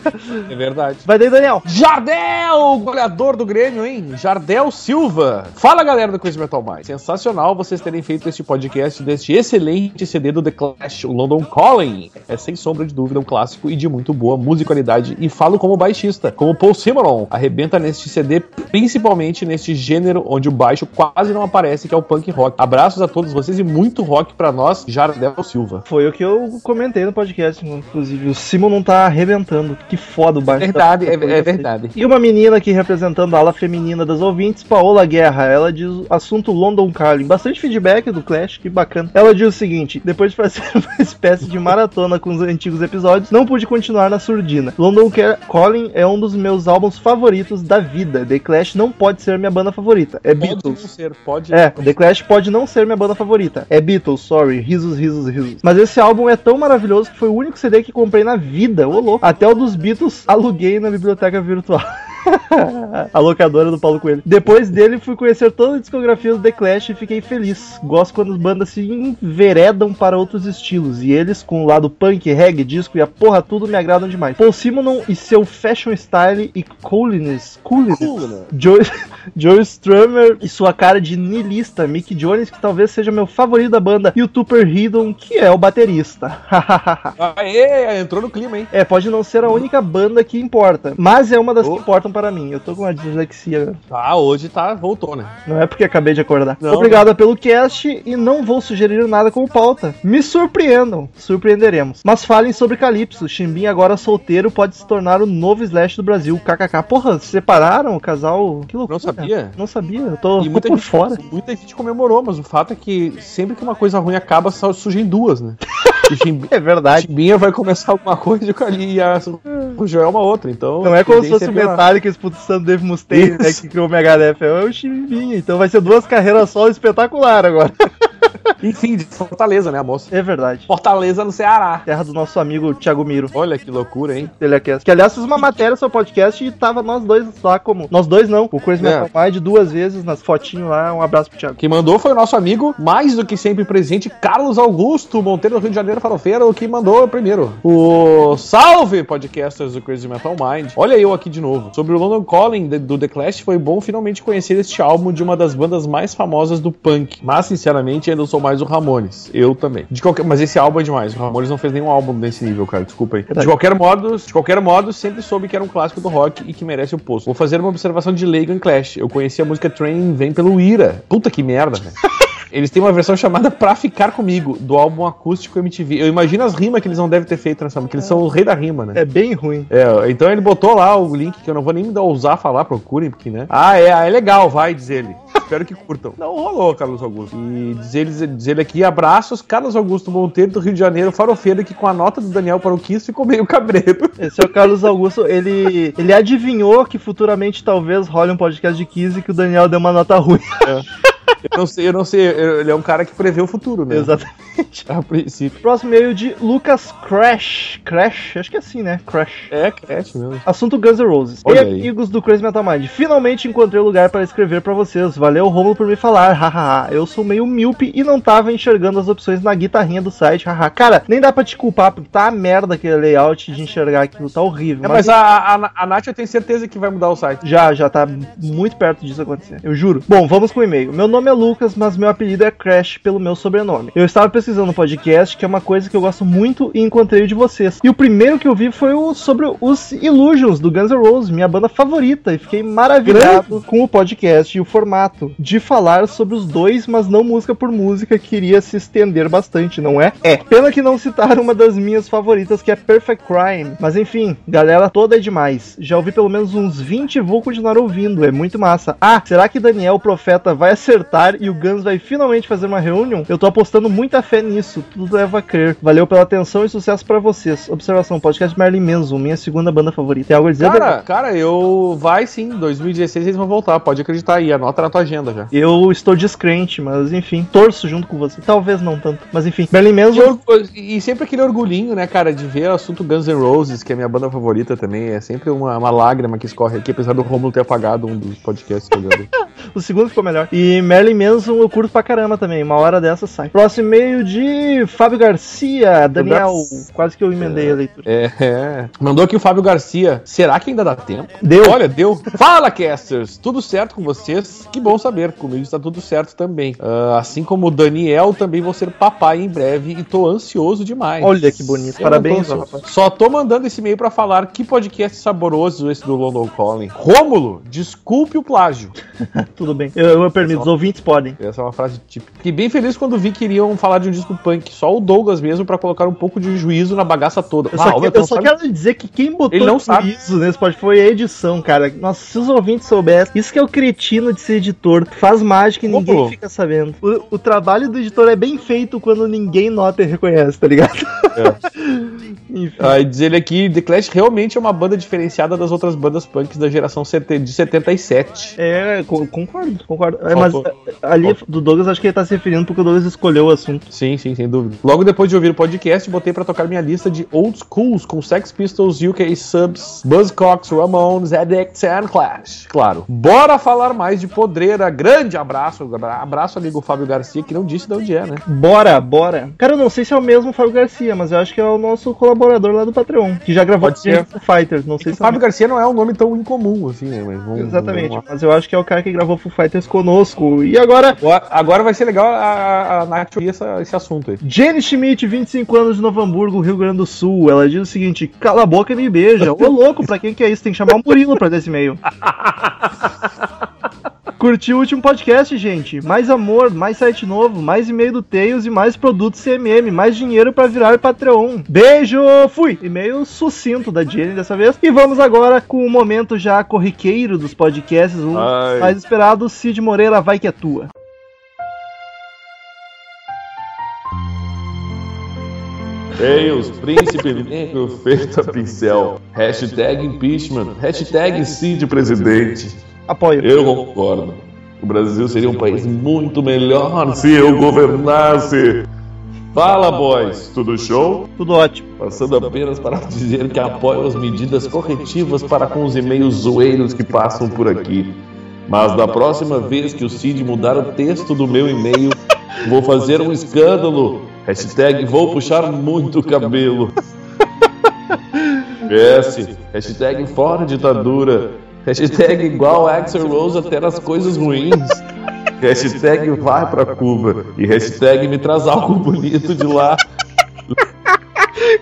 É verdade. Vai daí, Daniel. Jardel, goleador do Grêmio, hein? Jardel Silva. Fala, galera do Crazy Metal Mind. Sensacional vocês terem feito este podcast deste excelente CD do The Clash, o London Calling. É sem sombra de dúvida um clássico e de muito boa musicalidade. E falo como baixista, como Paul Simonon. Arrebenta neste CD, principalmente neste gênero onde o baixo quase não aparece, que é o punk rock. Abraços a todos vocês e muito rock pra nós, Jardel Silva. Foi o que eu comentei no podcast, inclusive. O Simon não tá arrebentando. Que foda o baixo. Verdade, tá- é, tá coisa é assim. verdade. E uma menina aqui representando a ala feminina das ouvintes, Paola Guerra. Ela diz assunto London Calling. Bastante feedback do Clash, que bacana. Ela diz o seguinte: depois de fazer uma espécie de maratona com os antigos episódios, não pude continuar na surdina. London Ca- Calling é um dos meus álbuns favoritos da vida. The Clash não pode ser minha banda favorita. É Pode não Beatles. ser, pode. É, The Clash pode não ser minha banda favorita. É Beatles, sorry. Risos, risos, risos. Mas esse álbum é tão maravilhoso que foi o único CD que comprei na vida, ô louco. Até o dos Beatles aluguei na biblioteca virtual. a locadora do Paulo Coelho. Depois dele, fui conhecer toda a discografia do The Clash e fiquei feliz. Gosto quando as bandas se enveredam para outros estilos, e eles, com o lado punk, reggae, disco e a porra tudo, me agradam demais. Paul Simonon e seu fashion style e coolness, coolness, Joe, Joe Strummer e sua cara de niilista, Mick Jones, que talvez seja meu favorito da banda, e o Tupper Hiddon, que é o baterista. Aê, entrou no clima, hein? É, pode não ser a única banda que importa, mas é uma das que importam para mim. Eu tô com uma dislexia, Tá, hoje tá, voltou, né? não é porque acabei de acordar. Não, Obrigado pelo cast e não vou sugerir nada como pauta. Me surpreendam, surpreenderemos. Mas falem sobre Calypso. Chimbim agora solteiro pode se tornar o novo Slash do Brasil. KKK. Porra, se separaram o casal? Que loucura. Não sabia? Não sabia, eu tô E tô muita por gente, fora. Tipo, muita gente comemorou, mas o fato é que sempre que uma coisa ruim acaba, só surgem duas, né? O Chimbinha, É verdade. Chimbinha vai começar alguma coisa e o Cali- e a, o Joel uma outra, então... Não é como se tendência fosse o piorar. Metallica expulsando Dave Mustaine, né, Isso. que criou o Megadeth. É o Chimbinha, então vai ser duas carreiras solo espetacular agora. Enfim, de Fortaleza, né, a moça? É verdade. Fortaleza no Ceará. Terra do nosso amigo Thiago Miro. Olha que loucura, hein? Telecast. Que aliás fiz uma matéria sobre o podcast e tava nós dois lá como. Nós dois não. O Crazy É. Metal Mind duas vezes nas fotinhos lá. Um abraço pro Thiago. Quem mandou foi o nosso amigo, mais do que sempre presente, Carlos Augusto Monteiro do Rio de Janeiro Farofeiro, que mandou primeiro. O salve, podcasters do Crazy Metal Mind. Olha eu aqui de novo. Sobre o London Calling de- do The Clash, foi bom finalmente conhecer este álbum de uma das bandas mais famosas do punk. Mas, sinceramente, ainda sou mais o Ramones. Eu também. De qualquer... Mas esse álbum é demais. O Ramones não fez nenhum álbum desse nível, cara. Desculpa aí. De qualquer modo, de qualquer modo, sempre soube que era um clássico do rock e que merece o posto. Vou fazer uma observação de Leigan Clash. Eu conheci a música Train Vem pelo Ira. Puta que merda, velho. Eles têm uma versão chamada Pra Ficar Comigo, do álbum acústico MTV. Eu imagino as rimas que eles não devem ter feito nessa porque eles são o rei da rima, né? É bem ruim. É, então ele botou lá o link que eu não vou nem me dar- ousar falar, procurem, porque, né? Ah, é, ah, é legal, vai, diz ele. Espero que curtam. Não rolou, Carlos Augusto. E diz ele, diz ele aqui, abraços, Carlos Augusto Monteiro do Rio de Janeiro, farofeiro, que com a nota do Daniel para o Kiss ficou meio cabreiro. Esse é o Carlos Augusto. Ele, ele adivinhou que futuramente talvez role um podcast de 15 que o Daniel deu uma nota ruim. Eu não sei, eu não sei, eu- ele é um cara que prevê o futuro, É. né? Exatamente. A princípio. Próximo meio de Lucas Crash. Crash? Acho que é assim, né? Crash. É, creche mesmo. Assunto Guns N' Roses. Olha e aí. amigos do Crazy Metal Mind, finalmente encontrei um lugar para escrever para vocês. Valeu, Romulo, por me falar. Hahaha. Eu sou meio míope e não tava enxergando as opções na guitarrinha do site. Haha. Cara, nem dá pra te culpar, porque tá a merda aquele layout de enxergar aquilo, tá horrível. É, mas a, a, a Nath eu tenho certeza que vai mudar o site. Já, já tá muito perto disso acontecer. Eu juro. Bom, vamos com o e-mail. Meu nome é Lucas, mas meu apelido é Crash pelo meu sobrenome. Eu estava pesquisando um podcast, que é uma coisa que eu gosto muito, e encontrei o de vocês. E o primeiro que eu vi foi o sobre os Illusions, do Guns N' Roses, minha banda favorita. E fiquei maravilhado com o podcast e o formato de falar sobre os dois, mas não música por música, que iria se estender bastante, não é? É. Pena que não citaram uma das minhas favoritas, que é Perfect Crime. Mas enfim, galera toda é demais. Já ouvi pelo menos uns 20 e vou continuar ouvindo. É muito massa. Ah, será que Daniel, o profeta, vai acertar e o Guns vai finalmente fazer uma reunião? Eu tô apostando muita fé nisso. Tudo leva a crer. Valeu pela atenção e sucesso pra vocês. Observação, podcast Merlin Manson, minha segunda banda favorita. Tem algo a dizer, Daniel? Cara, cara, eu. Vai sim, 2016 eles vão voltar, pode acreditar aí, anota na tua agenda já. Eu estou descrente, mas enfim, torço junto com você. Talvez não tanto, mas enfim. Merlin E, Manson, orgu- e sempre aquele orgulhinho, né, cara, de ver o assunto Guns N' Roses, que é minha banda favorita também. É sempre uma, uma lágrima que escorre aqui, apesar do Romulo ter apagado um dos podcasts que eu gravei. o segundo ficou melhor. E Merlin Manson eu curto pra caramba também. Uma hora dessa sai. Próximo e-mail de Fábio Garcia. Daniel, quase que eu emendei a leitura. É, é. Mandou aqui o Fábio Garcia. Será que ainda dá tempo? Deu. Olha, deu. Fala, casters! Tudo certo com vocês? Que bom saber. Comigo está tudo certo também. Ah, assim como o Daniel, também vou ser papai em breve e tô ansioso demais. Olha que bonito. Eu Parabéns, não tô rapaz. ansioso. Só tô mandando esse e-mail pra falar que podcast saboroso esse do London Calling. Rômulo, desculpe o plágio. Tudo bem. Eu, eu permito, os ouvintes podem. Essa é uma frase típica. Fiquei bem feliz quando vi que iriam falar de um disco punk. Só o Douglas mesmo pra colocar um pouco de juízo na bagaça toda. Eu só, Ah, que- o Elton eu só sabe quero dizer que quem botou Ele não tudo sabe. isso nesse podcast foi a edição, cara. Nossa, se os ouvintes soubessem, isso que é o cretino de ser editor, faz mágica e Ô, ninguém pô. fica sabendo. O, o trabalho do editor é bem feito quando ninguém nota e reconhece, tá ligado? Enfim. Aí diz ele aqui, The Clash realmente é uma banda diferenciada das outras bandas punks da geração 70 de 77. É, co- concordo, concordo. É, mas é, ali do Douglas, acho que ele tá se referindo porque o Douglas escolheu o assunto. Sim, sim, sem dúvida. Logo depois de ouvir o podcast, botei pra tocar minha lista de old schools com Sex Pistols, UK Subs, Buzzcocks, Ramones, Addicts and Clash. Claro. Bora falar mais de podreira. Grande abraço. abra- Abraço, amigo Fábio Garcia, que não disse de onde é, né? Bora, bora. Cara, eu não sei se é o mesmo Fábio Garcia, mas eu acho que é o nosso colaborador lá do Patreon, que já gravou Pode ser. Foo Fighters. Não sei se é o Fábio Garcia não é um nome tão incomum, assim, né? Mas vamos, Exatamente, vamos lá. mas eu acho que é o cara que gravou Foo Fighters conosco. E agora, Agora, agora vai ser legal a, a, a Nath ouvir essa- esse assunto aí. Jenny Schmidt, 25 anos de Novo Hamburgo, Rio Grande do Sul. Ela diz o seguinte: cala a boca e me beija. Ô louco, pra quem que é isso? Tem que chamar o Murilo pra dar esse e-mail. Curtiu o último podcast, gente? Mais amor, mais site novo, mais e-mail do Tails e mais produto CMM, mais dinheiro pra virar Patreon. Beijo, fui! E-mail sucinto da Jenny dessa vez. E vamos agora com o momento já corriqueiro dos podcasts, um Ai. mais esperado, Cid Moreira, vai que é tua. Tails, príncipe negro feito a pincel. Hashtag impeachment. Hashtag Cid presidente. Apoio. Eu concordo. O Brasil seria um país muito melhor se eu governasse. Fala, boys. Tudo show? Tudo ótimo. Passando apenas para dizer que apoio as medidas corretivas para com os e-mails zoeiros que passam por aqui. Mas da próxima vez que o Cid mudar o texto do meu e-mail, vou fazer um escândalo. Hashtag vou puxar muito o cabelo. PS, hashtag fora ditadura. Hashtag igual Axel Rose até nas coisas ruins. Hashtag vai pra Cuba. E hashtag me traz algo bonito de lá.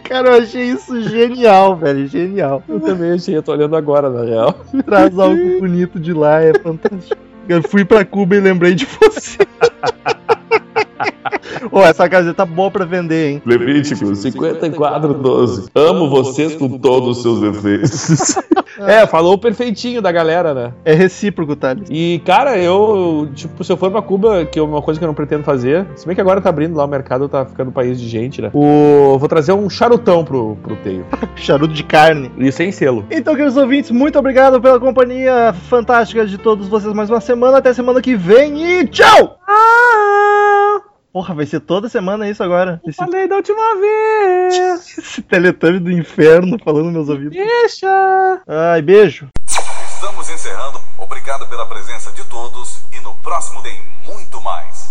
Cara, eu achei isso genial, velho. Genial. Eu também achei, eu tô olhando agora, na real. Traz algo bonito de lá, é fantástico. Eu fui pra Cuba e lembrei de você. Ô, essa caseta tá boa pra vender, hein? Levítico 54, 12. Amo vocês com todos os seus defeitos. É, falou perfeitinho da galera, né? É recíproco, Thales. E, cara, eu, tipo, se eu for pra Cuba, que é uma coisa que eu não pretendo fazer, se bem que agora tá abrindo lá o mercado, tá ficando país de gente, né? O... Vou trazer um charutão pro, pro Teio. Charuto de carne. E sem selo. Então, queridos ouvintes, muito obrigado pela companhia fantástica de todos vocês mais uma semana. Até semana que vem e tchau! Porra, vai ser toda semana isso agora. Esse, Ah, Falei da última vez! esse teletame do inferno falando nos meus ouvidos. Deixa! Ai, beijo. Estamos encerrando. Obrigado pela presença de todos e no próximo tem muito mais.